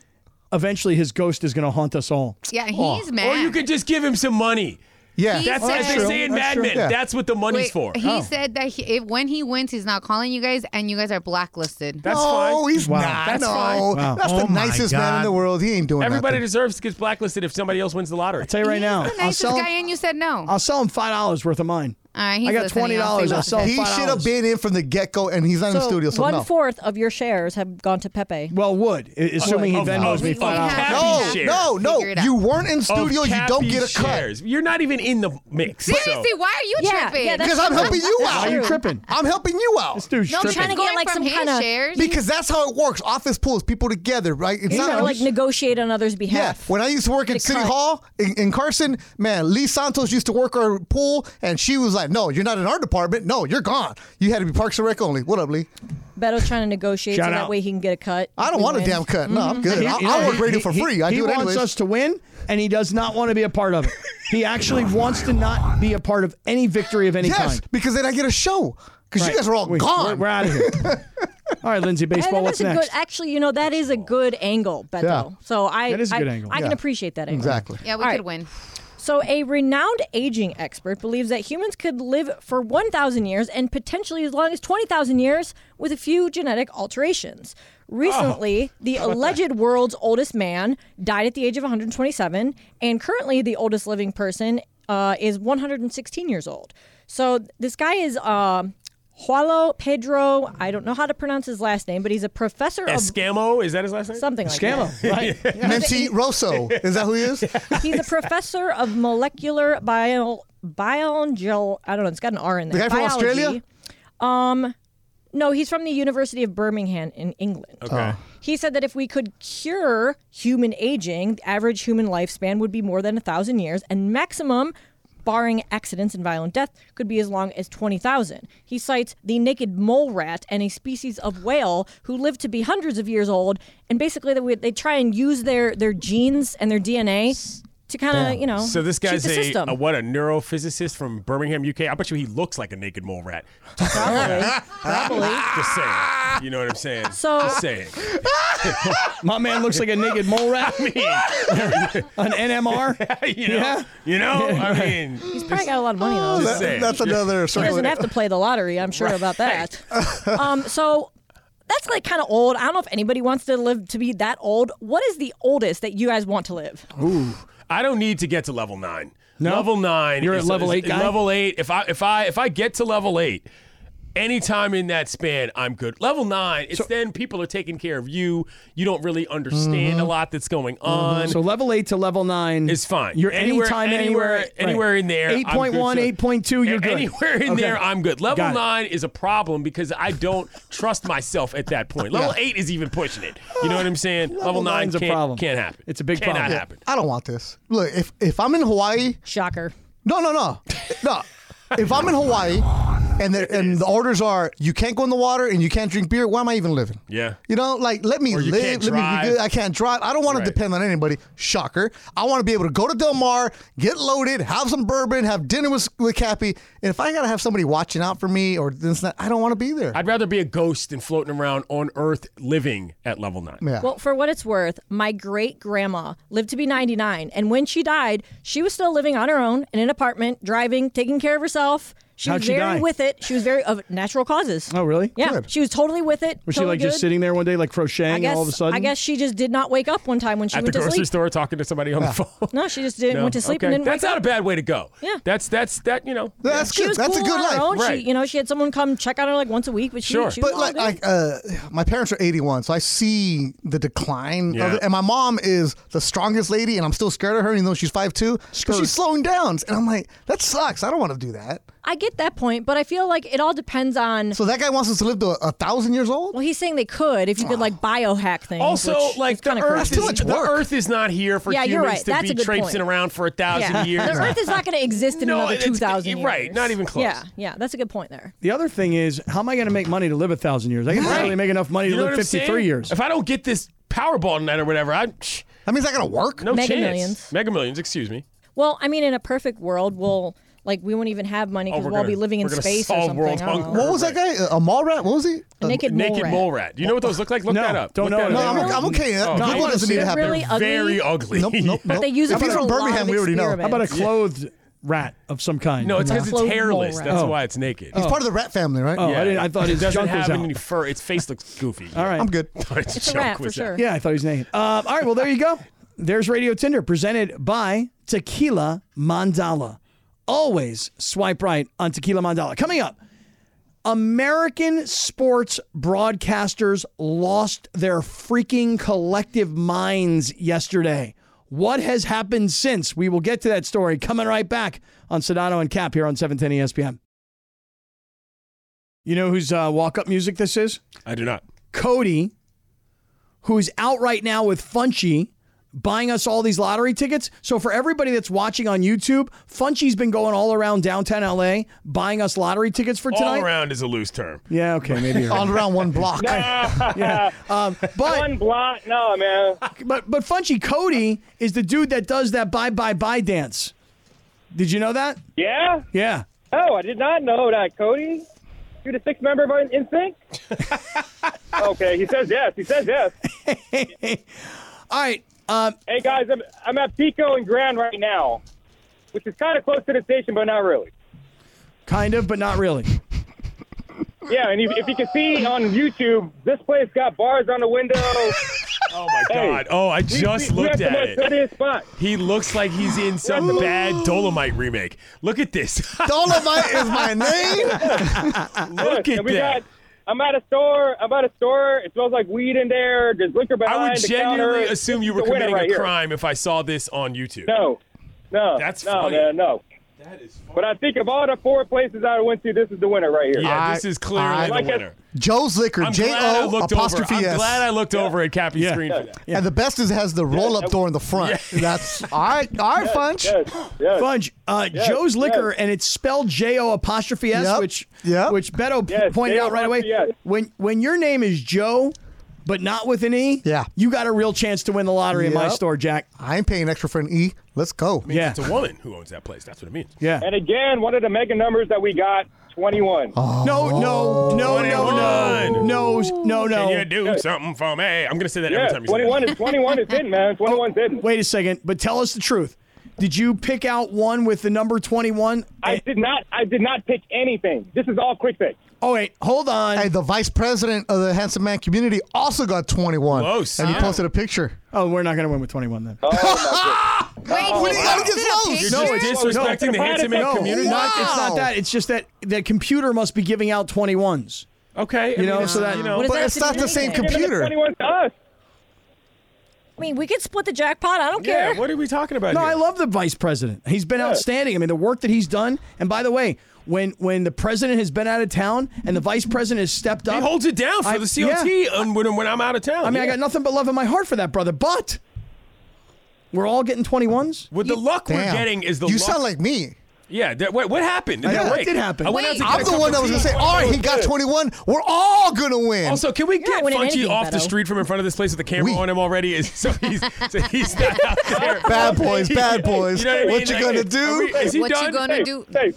Speaker 1: eventually his ghost is gonna haunt us all.
Speaker 6: Yeah, he's mad.
Speaker 2: Or you could just give him some money.
Speaker 3: Yeah.
Speaker 6: He
Speaker 2: That's
Speaker 6: Well,
Speaker 2: as
Speaker 6: that's
Speaker 2: they
Speaker 6: true.
Speaker 2: say in
Speaker 3: That's
Speaker 2: Mad
Speaker 3: true.
Speaker 2: Men.
Speaker 3: Yeah.
Speaker 2: That's what the money's
Speaker 6: Wait,
Speaker 2: for.
Speaker 6: He
Speaker 3: Oh.
Speaker 6: said that he, if, when he wins, he's not calling you guys, and you guys are blacklisted.
Speaker 2: That's
Speaker 3: no,
Speaker 2: fine.
Speaker 3: Oh, he's
Speaker 1: Wow.
Speaker 3: not.
Speaker 2: That's
Speaker 3: no,
Speaker 2: fine.
Speaker 1: Wow.
Speaker 3: that's
Speaker 8: Oh
Speaker 3: the
Speaker 8: my
Speaker 3: nicest man in
Speaker 8: God.
Speaker 3: the world. He ain't doing
Speaker 2: Everybody
Speaker 3: nothing.
Speaker 2: deserves to get blacklisted if somebody else wins the lottery.
Speaker 1: I'll tell you right
Speaker 6: He's
Speaker 1: now,
Speaker 6: the
Speaker 1: I'll
Speaker 6: nicest
Speaker 1: sell
Speaker 6: guy, and you said no.
Speaker 1: I'll sell him five dollars worth of mine.
Speaker 6: All right, he's
Speaker 1: I got
Speaker 6: listening.
Speaker 1: twenty
Speaker 6: I'll
Speaker 1: dollars.
Speaker 6: see
Speaker 1: I'll
Speaker 6: what
Speaker 1: sell him
Speaker 3: He
Speaker 1: five
Speaker 3: should have
Speaker 1: dollars.
Speaker 3: been in from the get go, and he's not in the studio. So
Speaker 4: one
Speaker 3: no.
Speaker 4: fourth of your shares have gone to Pepe.
Speaker 1: Well, would
Speaker 3: Oh,
Speaker 1: i- assuming he
Speaker 2: Of-
Speaker 1: Venmos
Speaker 2: of-
Speaker 1: me
Speaker 2: of
Speaker 1: five
Speaker 6: Cappy's
Speaker 1: dollars.
Speaker 2: Cappy's
Speaker 3: no,
Speaker 2: shares.
Speaker 3: no, no,
Speaker 6: Figure it out.
Speaker 3: You weren't in
Speaker 2: Of
Speaker 3: studio. You don't
Speaker 2: Cappy's
Speaker 3: get a cut
Speaker 2: Oh, shares. You're not even in the mix. so-
Speaker 6: Seriously, why are you
Speaker 4: Yeah,
Speaker 6: tripping?
Speaker 4: yeah, that's-
Speaker 3: because I'm helping you
Speaker 4: That's
Speaker 3: out.
Speaker 4: true. Why are you
Speaker 1: tripping?
Speaker 3: I'm helping you out.
Speaker 1: This dude's
Speaker 6: no, I'm
Speaker 1: tripping.
Speaker 6: trying to
Speaker 4: Going
Speaker 6: get like
Speaker 4: from
Speaker 6: some
Speaker 4: his
Speaker 6: kind of
Speaker 4: shares?
Speaker 3: Because that's how it works. Office pulls people together, right? It's
Speaker 4: You
Speaker 3: not
Speaker 4: gotta, like negotiate on others'
Speaker 3: Yeah,
Speaker 4: behalf.
Speaker 3: when I used to work at City
Speaker 4: cut.
Speaker 3: Hall in, in Carson, man, Lee Santos used to work our pool, and she was like, "No, you're not in our department. No, you're gone. You had to be Parks and Rec only." What up, Lee?
Speaker 4: Beto's trying to negotiate
Speaker 1: Shout
Speaker 4: so
Speaker 1: out.
Speaker 4: that way he can get a cut.
Speaker 3: I don't
Speaker 4: He
Speaker 3: want a
Speaker 4: wins. Mm-hmm.
Speaker 3: damn cut. No, I'm good.
Speaker 1: He-
Speaker 3: I,
Speaker 1: you
Speaker 3: I
Speaker 1: know,
Speaker 3: work radio
Speaker 1: he-
Speaker 3: for
Speaker 1: he-
Speaker 3: free. I
Speaker 1: he
Speaker 3: do it
Speaker 1: wants
Speaker 3: anyways.
Speaker 1: us to win, and he does not want to be a part of it. He actually wants to not be a part of any victory of any
Speaker 3: yes,
Speaker 1: kind.
Speaker 3: because then I get a show. Because
Speaker 1: Right.
Speaker 3: you guys are all
Speaker 1: We- We're,
Speaker 3: gone.
Speaker 1: we're out of here. all right, Lindsay,
Speaker 4: Hey,
Speaker 1: baseball.
Speaker 4: that
Speaker 1: What's
Speaker 4: is a
Speaker 1: next?
Speaker 4: good. Actually, you know that is a good angle, Beto.
Speaker 3: Yeah.
Speaker 4: So I,
Speaker 1: That is a
Speaker 4: I-
Speaker 1: good angle.
Speaker 4: I can
Speaker 3: Yeah.
Speaker 4: appreciate that angle.
Speaker 3: exactly.
Speaker 6: Yeah, we
Speaker 4: All
Speaker 6: could
Speaker 4: right.
Speaker 6: win.
Speaker 4: So, a renowned aging expert believes that humans could live for 1,000 years and potentially as long as 20,000 years with a few genetic alterations. Recently, the alleged world's oldest man died at the age of 127, and currently, the oldest living person uh, is 116 years old. So, this guy is. um Jualo Pedro, I don't know how to pronounce his last name, but he's a professor of
Speaker 2: Escamo, is that his last name?
Speaker 4: something like that.
Speaker 1: Scammo, right?
Speaker 3: Nancy Rosso. Is that who he is?
Speaker 4: He's a professor of molecular bio biology. I don't know. It's got an R in there.
Speaker 3: guy from
Speaker 4: Biology.
Speaker 3: Australia?
Speaker 4: Um, no, he's from the University of Birmingham in England.
Speaker 2: Okay.
Speaker 4: He said that if we could cure human aging, the average human lifespan would be more than a thousand years, and maximum barring accidents and violent death, could be as long as 20,000. He cites the naked mole rat and a species of whale who live to be hundreds of years old, and basically they, they try and use their, their genes and their DNA to kind of, you know,
Speaker 2: So this
Speaker 4: cheat
Speaker 2: guy's
Speaker 4: the
Speaker 2: a,
Speaker 4: system.
Speaker 2: a what a neurophysicist from Birmingham, UK. I bet you he looks like a naked mole rat.
Speaker 4: Probably. Probably.
Speaker 2: Just saying. You know what I'm saying?
Speaker 4: So-
Speaker 2: just saying.
Speaker 1: My man looks like a naked mole rat. An NMR.
Speaker 2: you know,
Speaker 1: Yeah.
Speaker 2: you know. I mean,
Speaker 4: He's probably got a lot of money though.
Speaker 2: Just saying.
Speaker 3: That's another
Speaker 4: He
Speaker 3: circle.
Speaker 4: doesn't have to play the lottery. I'm sure about that. um, so that's like kind of old. I don't know if anybody wants to live to be that old. What is the oldest that you guys want to live?
Speaker 2: I don't need to get to level nine. Level nine.
Speaker 1: You're
Speaker 2: is-
Speaker 1: at level
Speaker 2: is-
Speaker 1: eight guy?
Speaker 2: Level eight. If I if I if I get to level eight, anytime in that span, I'm good. Level nine. It's then people are taking care of you. You don't really understand a lot that's going on.
Speaker 1: Mm-hmm. So level eight to level nine
Speaker 2: It's fine.
Speaker 1: You're
Speaker 2: Anywhere-
Speaker 1: anytime,
Speaker 2: anywhere-
Speaker 1: anywhere,
Speaker 2: anywhere in there, I'm
Speaker 1: Eight
Speaker 2: good,
Speaker 1: point one,
Speaker 2: so-
Speaker 1: eight point two. You're good.
Speaker 2: Anywhere in
Speaker 1: Okay.
Speaker 2: there, I'm good. Level
Speaker 1: Got it.
Speaker 2: nine is a problem because I don't trust myself at that point. Level eight is even pushing it. You know what I'm saying? Level, nine
Speaker 1: nine's a
Speaker 2: can't,
Speaker 1: problem.
Speaker 2: can't happen.
Speaker 1: It's a big
Speaker 2: Cannot
Speaker 1: problem.
Speaker 2: happen.
Speaker 3: I don't want this. Look, if if I'm in Hawaii,
Speaker 4: Shocker.
Speaker 3: no, no, no, no. If I'm in Hawaii and the, and the orders are you can't go in the water and you can't drink beer, why am I even living?
Speaker 2: Yeah.
Speaker 3: You know, like let me
Speaker 2: Or you
Speaker 3: live.
Speaker 2: can't
Speaker 3: let me
Speaker 2: drive.
Speaker 3: be good. I can't drive. I don't want
Speaker 2: Right.
Speaker 3: to depend on anybody. Shocker. I want to be able to go to Del Mar, get loaded, have some bourbon, have dinner with with Cappy. And if I gotta have somebody watching out for me or this, and that, I don't want to be there.
Speaker 2: I'd rather be a ghost than floating around on Earth living at level nine.
Speaker 3: yeah.
Speaker 4: Well, for what it's worth, my great grandma lived to be 99. And when she died, she was still living on her own in an apartment, driving, taking care of herself. She
Speaker 1: How'd
Speaker 4: was
Speaker 1: she
Speaker 4: very
Speaker 1: die?
Speaker 4: with it. She was very of natural causes.
Speaker 1: Oh, really?
Speaker 4: Yeah.
Speaker 3: Good.
Speaker 4: She was totally with it.
Speaker 1: Was she
Speaker 4: totally
Speaker 1: like just
Speaker 4: good.
Speaker 1: sitting there one day, like crocheting,
Speaker 4: I
Speaker 1: and
Speaker 4: guess,
Speaker 1: all of a sudden?
Speaker 4: I guess she just did not wake up one time when she
Speaker 2: At the
Speaker 4: went to
Speaker 2: grocery
Speaker 4: sleep.
Speaker 2: store, talking to somebody on the phone.
Speaker 4: No, she just didn't went to sleep
Speaker 2: Okay.
Speaker 4: and didn't
Speaker 2: That's
Speaker 4: wake
Speaker 2: not a
Speaker 4: up.
Speaker 2: bad way to go.
Speaker 4: Yeah.
Speaker 2: That's that's that you know.
Speaker 3: That's
Speaker 4: She
Speaker 3: good.
Speaker 4: was
Speaker 3: That's
Speaker 4: cool
Speaker 3: a good
Speaker 4: on
Speaker 3: life.
Speaker 4: her own.
Speaker 2: Right.
Speaker 4: She, you know, she had someone come check on her like once a week, but she,
Speaker 2: Sure.
Speaker 4: she was
Speaker 3: But
Speaker 4: all
Speaker 3: like,
Speaker 4: good.
Speaker 3: like uh, my parents are 81, so I see the decline.
Speaker 2: Yeah.
Speaker 3: Of it. And my mom is the strongest lady, and I'm still scared of her, even though she's 5'2". Because she's slowing down. And I'm like, that sucks. I don't want to do that.
Speaker 4: I get that point, but I feel like it all depends on.
Speaker 3: So that guy wants us to live to a, a thousand years old?
Speaker 4: well, he's saying they could if you could like biohack things.
Speaker 2: Also,
Speaker 4: which
Speaker 2: like
Speaker 4: is
Speaker 2: the
Speaker 4: kinda
Speaker 2: Earth,
Speaker 4: crazy.
Speaker 3: too
Speaker 2: is,
Speaker 3: much
Speaker 2: the
Speaker 3: work.
Speaker 2: Earth is not here for
Speaker 4: Yeah,
Speaker 2: humans
Speaker 4: you're right.
Speaker 2: to
Speaker 4: That's
Speaker 2: be
Speaker 4: a good
Speaker 2: traipsing
Speaker 4: point.
Speaker 2: around for a thousand
Speaker 4: yeah.
Speaker 2: years.
Speaker 4: The Earth is not going to exist in
Speaker 2: No,
Speaker 4: another
Speaker 2: it's-
Speaker 4: two thousand years.
Speaker 2: right, not even close.
Speaker 4: Yeah, yeah, that's a good point there.
Speaker 1: the other thing is, how am I going to make money to live a thousand years? I can probably make enough money
Speaker 2: You
Speaker 1: to
Speaker 2: know
Speaker 1: live
Speaker 2: what I'm
Speaker 1: fifty-three
Speaker 2: saying?
Speaker 1: years.
Speaker 2: If I don't get this Powerball tonight or whatever, I psh,
Speaker 3: That means I got to work?
Speaker 2: no
Speaker 4: Mega
Speaker 2: chance.
Speaker 4: Millions.
Speaker 2: Mega Millions, excuse me.
Speaker 4: Well, I mean, in a perfect world, we'll like we won't even have money
Speaker 2: Oh,
Speaker 4: because
Speaker 2: we're
Speaker 4: we'll all
Speaker 2: gonna-
Speaker 4: be living in
Speaker 2: we're gonna
Speaker 4: space or
Speaker 2: solve
Speaker 4: something.
Speaker 2: world
Speaker 4: I don't
Speaker 2: hunger.
Speaker 4: know.
Speaker 3: What was that guy? A, a mall rat? What was he?
Speaker 4: A naked,
Speaker 2: Naked
Speaker 4: mole
Speaker 2: mole
Speaker 4: rat.
Speaker 2: rat. Do you know what those look like? Look
Speaker 1: No,
Speaker 2: that up.
Speaker 1: don't
Speaker 2: Look
Speaker 1: know.
Speaker 2: That
Speaker 3: No,
Speaker 2: up.
Speaker 3: I'm, I'm okay. That-
Speaker 2: Oh, I
Speaker 3: Google
Speaker 2: wanna
Speaker 3: doesn't
Speaker 4: see
Speaker 3: need to
Speaker 4: it.
Speaker 3: happen.
Speaker 4: Really? ugly.
Speaker 2: Very ugly.
Speaker 3: Nope, nope, nope.
Speaker 4: But they use it
Speaker 3: If
Speaker 4: for
Speaker 3: he's
Speaker 4: a
Speaker 3: from
Speaker 4: lot of
Speaker 3: Birmingham, we already know. How
Speaker 1: How about a
Speaker 4: experiments.
Speaker 1: clothed rat of some kind?
Speaker 2: No, it's because it's
Speaker 4: Clothed mole
Speaker 2: hairless.
Speaker 4: rat.
Speaker 2: That's
Speaker 1: Oh.
Speaker 2: why it's naked.
Speaker 3: He's part of the rat family, right?
Speaker 1: Oh, I, didn't, I thought
Speaker 2: it
Speaker 1: his
Speaker 2: doesn't
Speaker 1: junk was
Speaker 2: have
Speaker 1: out.
Speaker 2: any fur. Its face looks goofy.
Speaker 1: All right.
Speaker 3: I'm good.
Speaker 2: Its
Speaker 4: It's a
Speaker 2: junk
Speaker 4: rat for
Speaker 2: was out.
Speaker 4: sure.
Speaker 1: Yeah, I thought he was naked. Um, all right, well, there you go. There's Radio Tinder presented by Tequila Mandala. Always swipe right on Tequila Mandala. Coming up, American sports broadcasters lost their freaking collective minds yesterday. What has happened since? We will get to that story coming right back on Sedano and Cap here on E 710 ESPN. You know whose uh, walk up music this is?
Speaker 2: I do not.
Speaker 1: Cody, who's out right now with Funchy, buying us all these lottery tickets. So for everybody that's watching on YouTube, Funchy's been going all around downtown LA buying us lottery tickets for tonight.
Speaker 2: All around is a loose term.
Speaker 1: Yeah, okay, maybe. you're right.
Speaker 3: All around one block.
Speaker 1: um, but
Speaker 5: One block, no, man.
Speaker 1: but but Funchy Cody is the dude that does that bye bye bye dance. Did you know that?
Speaker 5: Yeah?
Speaker 1: Yeah.
Speaker 5: Oh, I did not know that, Cody. You're the sixth member of NSYNC? okay, he says yes. He says yes.
Speaker 1: All right. Um,
Speaker 5: Hey, guys, I'm, I'm at Pico and Grand right now, which is kind of close to the station, but not really.
Speaker 1: kind of, but not really.
Speaker 5: Yeah, and if, if you can see on YouTube, this place got bars on the window.
Speaker 2: Oh my
Speaker 5: Hey.
Speaker 2: God. Oh, I just
Speaker 5: we, we
Speaker 2: looked at
Speaker 5: have the most
Speaker 2: it.
Speaker 5: sunniest spot.
Speaker 2: He looks like he's in some bad Dolomite remake. Look at this.
Speaker 3: Dolomite is my name.
Speaker 2: Look
Speaker 5: And
Speaker 2: at
Speaker 5: we
Speaker 2: that.
Speaker 5: got. I'm at a store. I'm at a store. It smells like weed in there. There's liquor behind
Speaker 2: I would
Speaker 5: the
Speaker 2: genuinely
Speaker 5: counter.
Speaker 2: assume
Speaker 5: This
Speaker 2: you
Speaker 5: is
Speaker 2: were
Speaker 5: the winner
Speaker 2: committing
Speaker 5: right
Speaker 2: a
Speaker 5: here.
Speaker 2: crime if I saw this on YouTube.
Speaker 5: No, no,
Speaker 2: That's
Speaker 5: no,
Speaker 2: funny.
Speaker 5: man, no. But I think of all the four places I went to, this is the winner right here.
Speaker 2: Yeah,
Speaker 3: I-
Speaker 2: this is clearly
Speaker 3: I-
Speaker 2: the
Speaker 5: Like I-
Speaker 2: winner.
Speaker 3: Joe's Liquor,
Speaker 2: I'm
Speaker 3: J
Speaker 2: glad I
Speaker 3: O
Speaker 2: looked
Speaker 3: apostrophe
Speaker 2: over. I'm
Speaker 3: S.
Speaker 2: glad I looked over at Cappy's
Speaker 1: Yeah.
Speaker 2: screen. for that.
Speaker 3: And the best is it has the roll up
Speaker 5: that-
Speaker 3: door in the front. That's all right, all right, Funch.
Speaker 5: Yes, yes.
Speaker 1: Fudge, uh, Joe's Liquor, and it's spelled J O apostrophe S,
Speaker 3: Yep.
Speaker 1: which
Speaker 3: Yep.
Speaker 1: which Beto p-
Speaker 5: Yes,
Speaker 1: pointed out right away.
Speaker 5: J.O. apostrophe S.
Speaker 1: When when your name is Joe, but not with an E,
Speaker 3: Yeah.
Speaker 1: you got a real chance to win the lottery in my
Speaker 3: Yep.
Speaker 1: store, Jack.
Speaker 3: I ain't paying extra for an E. Let's go.
Speaker 2: Means
Speaker 1: Yeah.
Speaker 2: It's a woman who owns that place. That's what it means.
Speaker 1: Yeah.
Speaker 5: And again, one of the mega numbers that we got, 21.
Speaker 1: No, no, no, no, no,
Speaker 2: 21.
Speaker 1: no, no,
Speaker 2: Can
Speaker 1: no.
Speaker 2: you do something for me? I'm going to say that
Speaker 5: yeah,
Speaker 2: every time you say that.
Speaker 5: 21 is 21 is in, man. 21 is in.
Speaker 1: Wait a second, but tell us the truth. Did you pick out one with the number twenty one?
Speaker 5: I did not. I did not pick anything. This is all quick fix.
Speaker 1: Oh wait, hold on.
Speaker 3: Hey, the vice president of the Handsome Man community also got 21.
Speaker 2: Close.
Speaker 3: And he
Speaker 2: Yeah.
Speaker 3: posted a picture.
Speaker 1: Oh, we're not gonna win with twenty one
Speaker 5: Oh,
Speaker 1: then.
Speaker 6: Wait,
Speaker 3: What do you gotta
Speaker 6: posted
Speaker 3: get
Speaker 6: a
Speaker 3: those?
Speaker 6: picture?
Speaker 2: You're
Speaker 1: No, it's-
Speaker 2: just disrespecting
Speaker 5: no.
Speaker 2: the handsome man
Speaker 1: No,
Speaker 2: community.
Speaker 1: not- it's
Speaker 3: Wow.
Speaker 1: not that. It's just that the computer must be giving out 21s.
Speaker 2: Okay.
Speaker 1: You know,
Speaker 2: it's-
Speaker 1: so that-
Speaker 2: you know,
Speaker 4: What does
Speaker 3: But
Speaker 4: that
Speaker 3: it's
Speaker 4: have
Speaker 3: not
Speaker 4: to do
Speaker 3: the
Speaker 4: with
Speaker 3: same
Speaker 4: anything?
Speaker 5: Give it
Speaker 3: computer.
Speaker 5: 21 to us.
Speaker 4: I mean, we could split the jackpot. I don't
Speaker 2: yeah.
Speaker 4: care.
Speaker 2: What are we talking about?
Speaker 1: No,
Speaker 2: here?
Speaker 1: I love the vice president. He's been outstanding. I mean, the work that he's done. And by the way, when when the president has been out of town and the vice president has stepped up,
Speaker 2: He holds it down for
Speaker 1: I-
Speaker 2: the COT
Speaker 1: yeah.
Speaker 2: um, when, when I'm out of town.
Speaker 1: I mean, I got nothing but love in my heart for that brother. But we're all getting 21s.
Speaker 2: With the luck we're
Speaker 3: Damn.
Speaker 2: getting is the
Speaker 3: you
Speaker 2: luck.
Speaker 3: sound like me.
Speaker 2: yeah. That, wait, what happened?
Speaker 1: I know,
Speaker 2: that
Speaker 1: what
Speaker 2: break?
Speaker 1: did happen?
Speaker 2: I went out
Speaker 6: Wait,
Speaker 2: to get
Speaker 3: I'm
Speaker 2: a
Speaker 3: the
Speaker 2: cup
Speaker 3: one
Speaker 2: of
Speaker 3: that was gonna
Speaker 2: tea.
Speaker 3: say, all right, he got 21. We're all gonna win.
Speaker 2: Also, can we get
Speaker 4: not winning
Speaker 2: Funky
Speaker 4: anything,
Speaker 2: off the
Speaker 4: Beto.
Speaker 2: street from in front of this place with the camera
Speaker 3: We-
Speaker 2: on him already? Is, so he's so he's not out there.
Speaker 3: bad boys, bad boys.
Speaker 2: You know what I mean?
Speaker 3: you gonna
Speaker 2: Like, are we-
Speaker 3: do?
Speaker 2: is he
Speaker 6: What you
Speaker 2: done?
Speaker 6: gonna
Speaker 5: Hey,
Speaker 6: do?
Speaker 5: hey,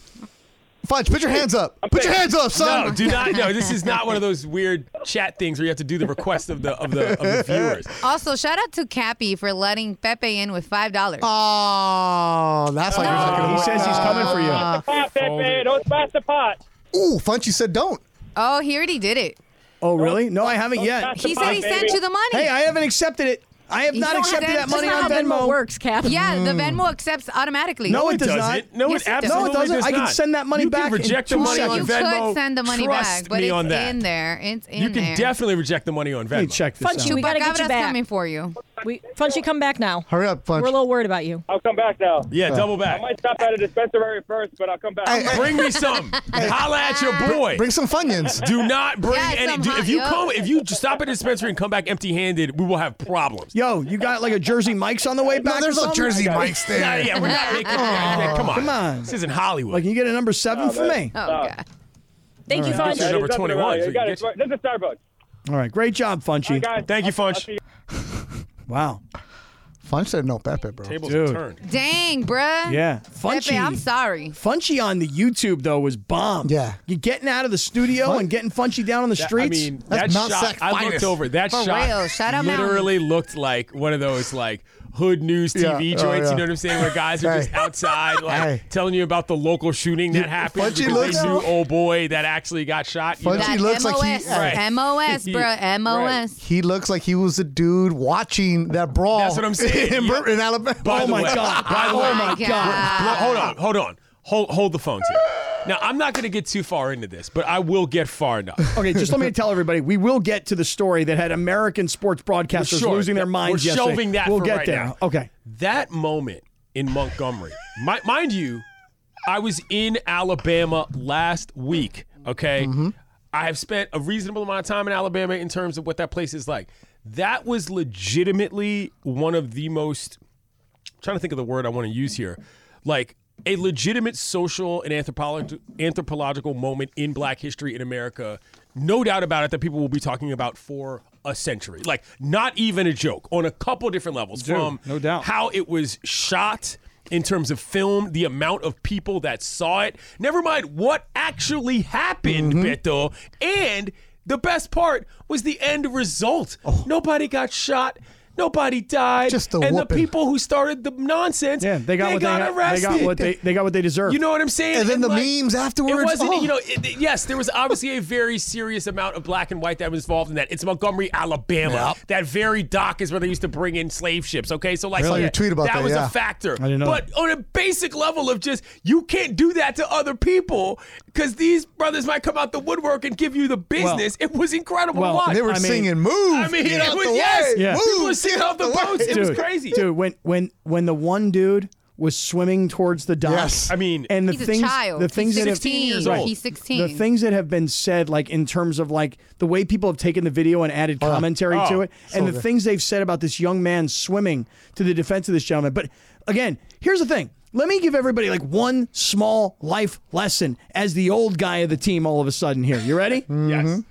Speaker 3: Fudge, put your hands up. Put your hands up, son.
Speaker 2: No, do not. No, this is not one of those weird chat things where you have to do the request of the of the, of the viewers.
Speaker 6: Also, shout out to Cappy for letting Pepe in with five dollars.
Speaker 3: Oh, that's why you're not gonna
Speaker 1: He
Speaker 3: win.
Speaker 1: says he's coming for you.
Speaker 5: Pop that man. Don't spot the pot.
Speaker 3: Ooh, Funch, you said don't.
Speaker 6: oh, he already did it.
Speaker 1: Oh, really? No, I haven't yet.
Speaker 6: He said
Speaker 5: Goodbye,
Speaker 6: he sent
Speaker 5: baby.
Speaker 6: you the money.
Speaker 1: Hey, I haven't accepted it. I have
Speaker 6: You
Speaker 1: not
Speaker 6: don't have
Speaker 1: accepted
Speaker 6: to-
Speaker 1: that
Speaker 6: just
Speaker 1: money
Speaker 6: not
Speaker 1: on
Speaker 4: That's not how
Speaker 1: Venmo.
Speaker 4: works, Cap.
Speaker 6: yeah, the
Speaker 3: Mm.
Speaker 6: Venmo accepts automatically.
Speaker 1: No, it does, not.
Speaker 2: Does it? No,
Speaker 6: Yes,
Speaker 2: it
Speaker 6: it does.
Speaker 2: absolutely
Speaker 1: No, it doesn't.
Speaker 2: does
Speaker 1: I can
Speaker 2: not.
Speaker 1: send that money
Speaker 2: you
Speaker 1: back
Speaker 2: Can
Speaker 1: in
Speaker 2: reject
Speaker 1: two
Speaker 2: the money
Speaker 6: you
Speaker 1: seconds.
Speaker 2: on Venmo.
Speaker 6: could send the money
Speaker 2: Trust
Speaker 6: back, but
Speaker 2: me
Speaker 6: it's
Speaker 2: on that.
Speaker 6: in there. It's in
Speaker 2: You can
Speaker 6: there.
Speaker 2: definitely reject the money on
Speaker 1: Let me
Speaker 2: Venmo.
Speaker 1: check this
Speaker 4: Funchy,
Speaker 1: out.
Speaker 4: we gotta get you
Speaker 6: Chupacabras
Speaker 4: back.
Speaker 6: coming for
Speaker 2: Oh,
Speaker 6: you.
Speaker 4: We, Funchy, come back now.
Speaker 3: Hurry up, Funch.
Speaker 4: We're a little worried about you.
Speaker 5: I'll come back now.
Speaker 2: Yeah, double
Speaker 5: I
Speaker 2: back.
Speaker 5: might stop at a dispensary first, but I'll come back.
Speaker 3: Hey, hey,
Speaker 2: Bring me some. Holla at your boy.
Speaker 3: Bring some Funyuns.
Speaker 2: Do not bring
Speaker 6: Yeah,
Speaker 2: any.
Speaker 6: some
Speaker 2: Do,
Speaker 6: hot-
Speaker 2: if you
Speaker 6: yup.
Speaker 2: come, if you stop at a dispensary and come back empty-handed, we will have problems.
Speaker 1: Yo, you got like a Jersey Mike's on the way back?
Speaker 3: No, there's
Speaker 1: or
Speaker 3: no
Speaker 1: something?
Speaker 3: Jersey Mike's there.
Speaker 2: Yeah, yeah, we're not making. yeah, come on,
Speaker 1: Come on.
Speaker 2: This isn't Hollywood.
Speaker 1: Like, can you get a number seven for me?
Speaker 6: Oh, God.
Speaker 4: Thank you,
Speaker 2: Get
Speaker 4: Funch.
Speaker 2: your number
Speaker 5: There's nothing around
Speaker 2: twenty-one.
Speaker 5: here.
Speaker 2: so
Speaker 5: You
Speaker 2: you
Speaker 5: got
Speaker 2: can get
Speaker 5: it.
Speaker 2: your-
Speaker 5: This is Starbucks.
Speaker 1: All right, great job, Funchy.
Speaker 5: Guys,
Speaker 2: Thank you,
Speaker 5: I'll- I'll
Speaker 2: Funch.
Speaker 5: see you.
Speaker 1: Wow,
Speaker 3: Funch said no, Pepe, bro.
Speaker 2: Tables
Speaker 1: Dude.
Speaker 2: turned.
Speaker 6: Dang, bruh.
Speaker 1: yeah,
Speaker 6: Pepe, I'm
Speaker 1: Funchy.
Speaker 6: sorry.
Speaker 1: Funchy on the YouTube though was bomb.
Speaker 3: Yeah.
Speaker 1: you getting out of the studio and getting Funchy down on the
Speaker 2: I
Speaker 1: streets.
Speaker 2: mean,
Speaker 3: That's
Speaker 2: that
Speaker 3: Mount
Speaker 2: shot.
Speaker 3: Sac
Speaker 2: I
Speaker 3: finest.
Speaker 2: looked over. That
Speaker 6: For
Speaker 2: shot
Speaker 6: real. Shout out
Speaker 2: literally looked like one of those like hood news TV
Speaker 3: Yeah. Oh,
Speaker 2: joints.
Speaker 3: yeah.
Speaker 2: You know what I'm saying? Where guys are just
Speaker 3: Hey.
Speaker 2: outside, like
Speaker 3: Hey.
Speaker 2: telling you about the local shooting that happened.
Speaker 3: Funchy
Speaker 2: because
Speaker 3: looks-
Speaker 2: they knew, oh boy, that actually got shot. you know?
Speaker 3: Funchy- He
Speaker 6: That
Speaker 3: looks like
Speaker 6: MOS.
Speaker 3: he-
Speaker 2: Right.
Speaker 6: MOS, bruh.
Speaker 2: Right.
Speaker 6: MOS.
Speaker 3: He looks like he was the dude watching that brawl.
Speaker 2: That's what I'm saying.
Speaker 3: in, Bur- in Alabama.
Speaker 2: By
Speaker 1: oh
Speaker 2: the
Speaker 1: my
Speaker 2: way-
Speaker 1: god!
Speaker 2: By the
Speaker 1: oh
Speaker 2: way,
Speaker 1: my
Speaker 6: God.
Speaker 2: Bro, hold on, hold on. Hold hold the phones here. Now I'm not gonna get too far into this, but I will get far enough.
Speaker 1: Okay, just let me tell everybody we will get to the story that had American sports broadcasters
Speaker 2: Sure.
Speaker 1: losing their minds
Speaker 2: We're
Speaker 1: yesterday.
Speaker 2: shelving that
Speaker 1: we'll
Speaker 2: for
Speaker 1: get
Speaker 2: right
Speaker 1: there.
Speaker 2: now.
Speaker 1: Okay.
Speaker 2: That moment in Montgomery, mi- mind you, I was in Alabama last week. Okay, I have spent a reasonable amount of time in Alabama in terms of what that place is like. That was legitimately one of the most trying to think of the word I want to use here, like a legitimate social and anthropolog- anthropological moment in Black history in America. No doubt about it that people will be talking about for a century. Like not even a joke on a couple different levels. from
Speaker 1: no doubt.
Speaker 2: how it was shot in terms of film, the amount of people that saw it. Never mind what actually happened,
Speaker 1: Mm-hmm.
Speaker 2: Beto, and. The best part was the end result.
Speaker 1: Oh.
Speaker 2: Nobody got shot. Nobody died.
Speaker 3: Just a
Speaker 2: and the
Speaker 3: whooping.
Speaker 2: people people who started the nonsense.
Speaker 1: Yeah, they got what they
Speaker 2: arrested.
Speaker 1: got. They got what they they got what they deserve.
Speaker 2: You know what I'm saying?
Speaker 3: And then the memes afterwards.
Speaker 2: It wasn't,
Speaker 3: Oh.
Speaker 2: you know, it, it- yes, there was obviously a very serious amount of black and white that was involved in that. It's Montgomery, Alabama. That very dock is where they used to bring in slave ships. Okay, so like
Speaker 3: Really? Saw your tweet about that,
Speaker 2: was
Speaker 3: yeah.
Speaker 2: a factor.
Speaker 1: didn't know
Speaker 2: But on a basic level of just you can't do that to other people because these brothers might come out the woodwork and give you the business. it was incredible
Speaker 1: well,
Speaker 2: to watch.
Speaker 3: They were
Speaker 1: I mean-
Speaker 3: singing "Move."
Speaker 2: I mean,
Speaker 3: get
Speaker 2: it
Speaker 3: out
Speaker 2: was
Speaker 3: the
Speaker 2: yes.
Speaker 3: way.
Speaker 1: Yeah.
Speaker 2: People
Speaker 3: Move,
Speaker 2: were singing
Speaker 3: get
Speaker 2: off the
Speaker 3: way."
Speaker 2: boats. It was
Speaker 1: Dude,
Speaker 2: crazy.
Speaker 1: Dude, when when when the one dude was swimming towards the dock.
Speaker 3: Yes.
Speaker 2: I mean-
Speaker 1: and the
Speaker 6: He's a
Speaker 1: things,
Speaker 6: child.
Speaker 1: the
Speaker 6: He's
Speaker 1: things that have-
Speaker 6: 16 years old. He's 16.
Speaker 1: The things that have been said, like in terms of like the way people have taken the video and added commentary to
Speaker 2: Oh,
Speaker 1: it, and the things they've said about this young man swimming to the defense of this gentleman. But again, here's the thing. Let me give everybody like one small life lesson as the old guy of the team. All of a sudden, here, you ready?
Speaker 3: mm-hmm.
Speaker 2: Yes.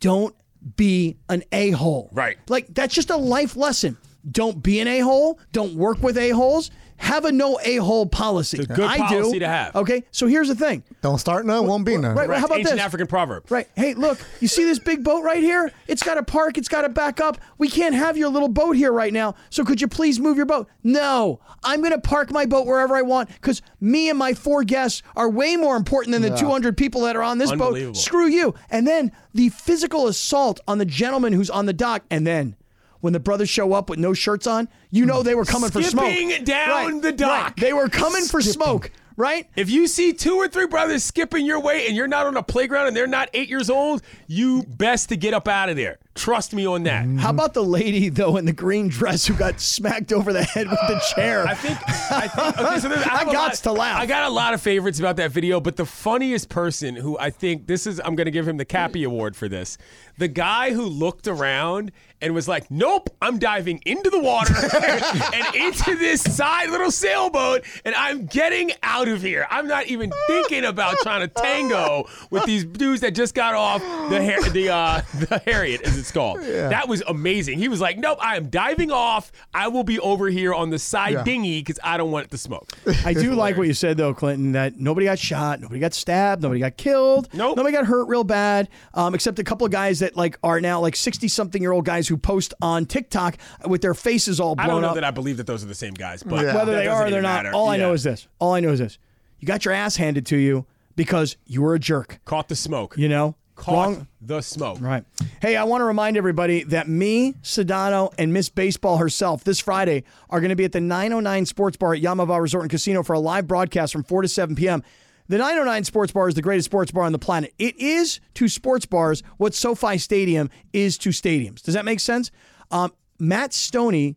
Speaker 1: don't be an a hole.
Speaker 2: Right.
Speaker 1: Like, that's just a life lesson. Don't be an a hole. Don't work with a holes. Have a no a hole policy.
Speaker 2: It's a good
Speaker 1: I
Speaker 2: policy
Speaker 1: do.
Speaker 2: to have. Uh-huh.
Speaker 1: Okay. So here's the thing.
Speaker 3: Don't start none, won't be none.
Speaker 1: Right.
Speaker 2: Correct.
Speaker 1: How about
Speaker 2: Ancient
Speaker 1: this?
Speaker 2: African proverb.
Speaker 1: Right. Hey, look, you see this big boat right here? It's got to park, it's got to back up. We can't have your little boat here right now. So could you please move your boat? No, I'm going to park my boat wherever I want because me and my four guests are way more important than the 200 people that are on this boat.
Speaker 2: Unbelievable.
Speaker 1: Screw you. And then the physical assault on the gentleman who's on the dock. And then. When the brothers show up with no shirts on, you know they were coming for
Speaker 2: Skipping
Speaker 1: smoke.
Speaker 2: down the dock.
Speaker 1: Right. They were coming for smoke, right?
Speaker 2: If you see two or three brothers skipping your way and you're not on a playground and they're not eight years old, you best to get up out of there. Trust me on that.
Speaker 1: How about the lady though in the green dress who got smacked over the head with the chair?
Speaker 2: I think I think okay, so there's-
Speaker 1: I
Speaker 2: have a
Speaker 1: gots
Speaker 2: lot-
Speaker 1: to laugh.
Speaker 2: I got a lot of favorites about that video, but the funniest person who I think this is I'm gonna give him the Cappy Award for this. The guy who looked around and was like, Nope, I'm diving into the water and into this side little sailboat and I'm getting out of here. I'm not even thinking about trying to tango with these dudes that just got off the Har- the uh the Harriet as it's called. That was amazing. He was like, Nope, I am diving off. I will be over here on the side
Speaker 3: Yeah.
Speaker 2: dinghy because I don't want it to smoke.
Speaker 1: I do like what you said though, Clinton. That nobody got shot, nobody got stabbed, nobody got killed,
Speaker 2: Nope.
Speaker 1: nobody got hurt real bad, um, except a couple of guys that like are now like sixty something year old guys who post on TikTok with their faces all
Speaker 2: I
Speaker 1: blown
Speaker 2: don't know
Speaker 1: up.
Speaker 2: that I believe that those are the same guys, but
Speaker 3: Yeah.
Speaker 1: Whether
Speaker 2: that
Speaker 1: they
Speaker 2: doesn't
Speaker 1: are or they're
Speaker 2: even
Speaker 1: not,
Speaker 2: matter.
Speaker 1: all I
Speaker 2: Yeah.
Speaker 1: know is this. All I know is this. You got your ass handed to you because you were a jerk.
Speaker 2: caught the smoke.
Speaker 1: You know,
Speaker 2: caught
Speaker 1: Wrong-
Speaker 2: the smoke.
Speaker 1: Right. Hey, I want to remind everybody that me, Sedano, and Miss Baseball herself this Friday are going to be at the 909 Sports Bar at Yamava Resort and Casino for a live broadcast from 4 to 7 p.m. The 909 Sports Bar is the greatest sports bar on the planet. It is to sports bars what SoFi Stadium is to stadiums. Does that make sense? Um, Matt Stoney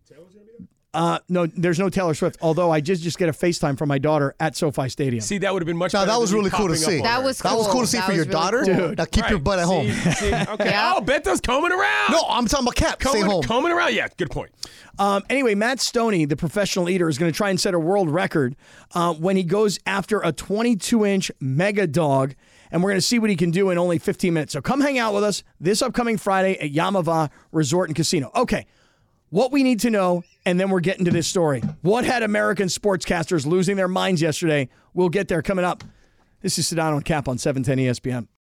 Speaker 1: uh, no, there's no Taylor Swift. Although I just just get a FaceTime from my daughter at SoFi Stadium.
Speaker 2: See, that would have been much.
Speaker 3: Now
Speaker 2: better
Speaker 3: that
Speaker 2: than
Speaker 3: was
Speaker 2: me
Speaker 3: really cool to
Speaker 2: popping up
Speaker 3: see.
Speaker 2: on
Speaker 6: That
Speaker 2: her.
Speaker 6: was
Speaker 3: That was
Speaker 6: cool.
Speaker 3: cool to see
Speaker 6: That
Speaker 3: for
Speaker 6: was
Speaker 3: your
Speaker 6: really
Speaker 3: daughter.
Speaker 6: cool.
Speaker 3: Now keep your
Speaker 2: Right.
Speaker 3: butt at
Speaker 2: See,
Speaker 3: home.
Speaker 2: see, okay.
Speaker 6: Yeah.
Speaker 2: Oh, Beto's coming around.
Speaker 3: No, I'm talking about Cap. Stay
Speaker 2: coming,
Speaker 3: home.
Speaker 2: coming around. Yeah, good point.
Speaker 1: Um, anyway, Matt Stoney, the professional eater, is going to try and set a world record uh, when he goes after a 22 inch mega dog. And we're going to see what he can do in only 15 minutes. So come hang out with us this upcoming Friday at Yamava Resort and Casino. Okay, what we need to know, and then we're getting to this story. What had American E sportscasters losing their minds yesterday? We'll get there coming up. This is Sedano and Cap on 710 ESPN.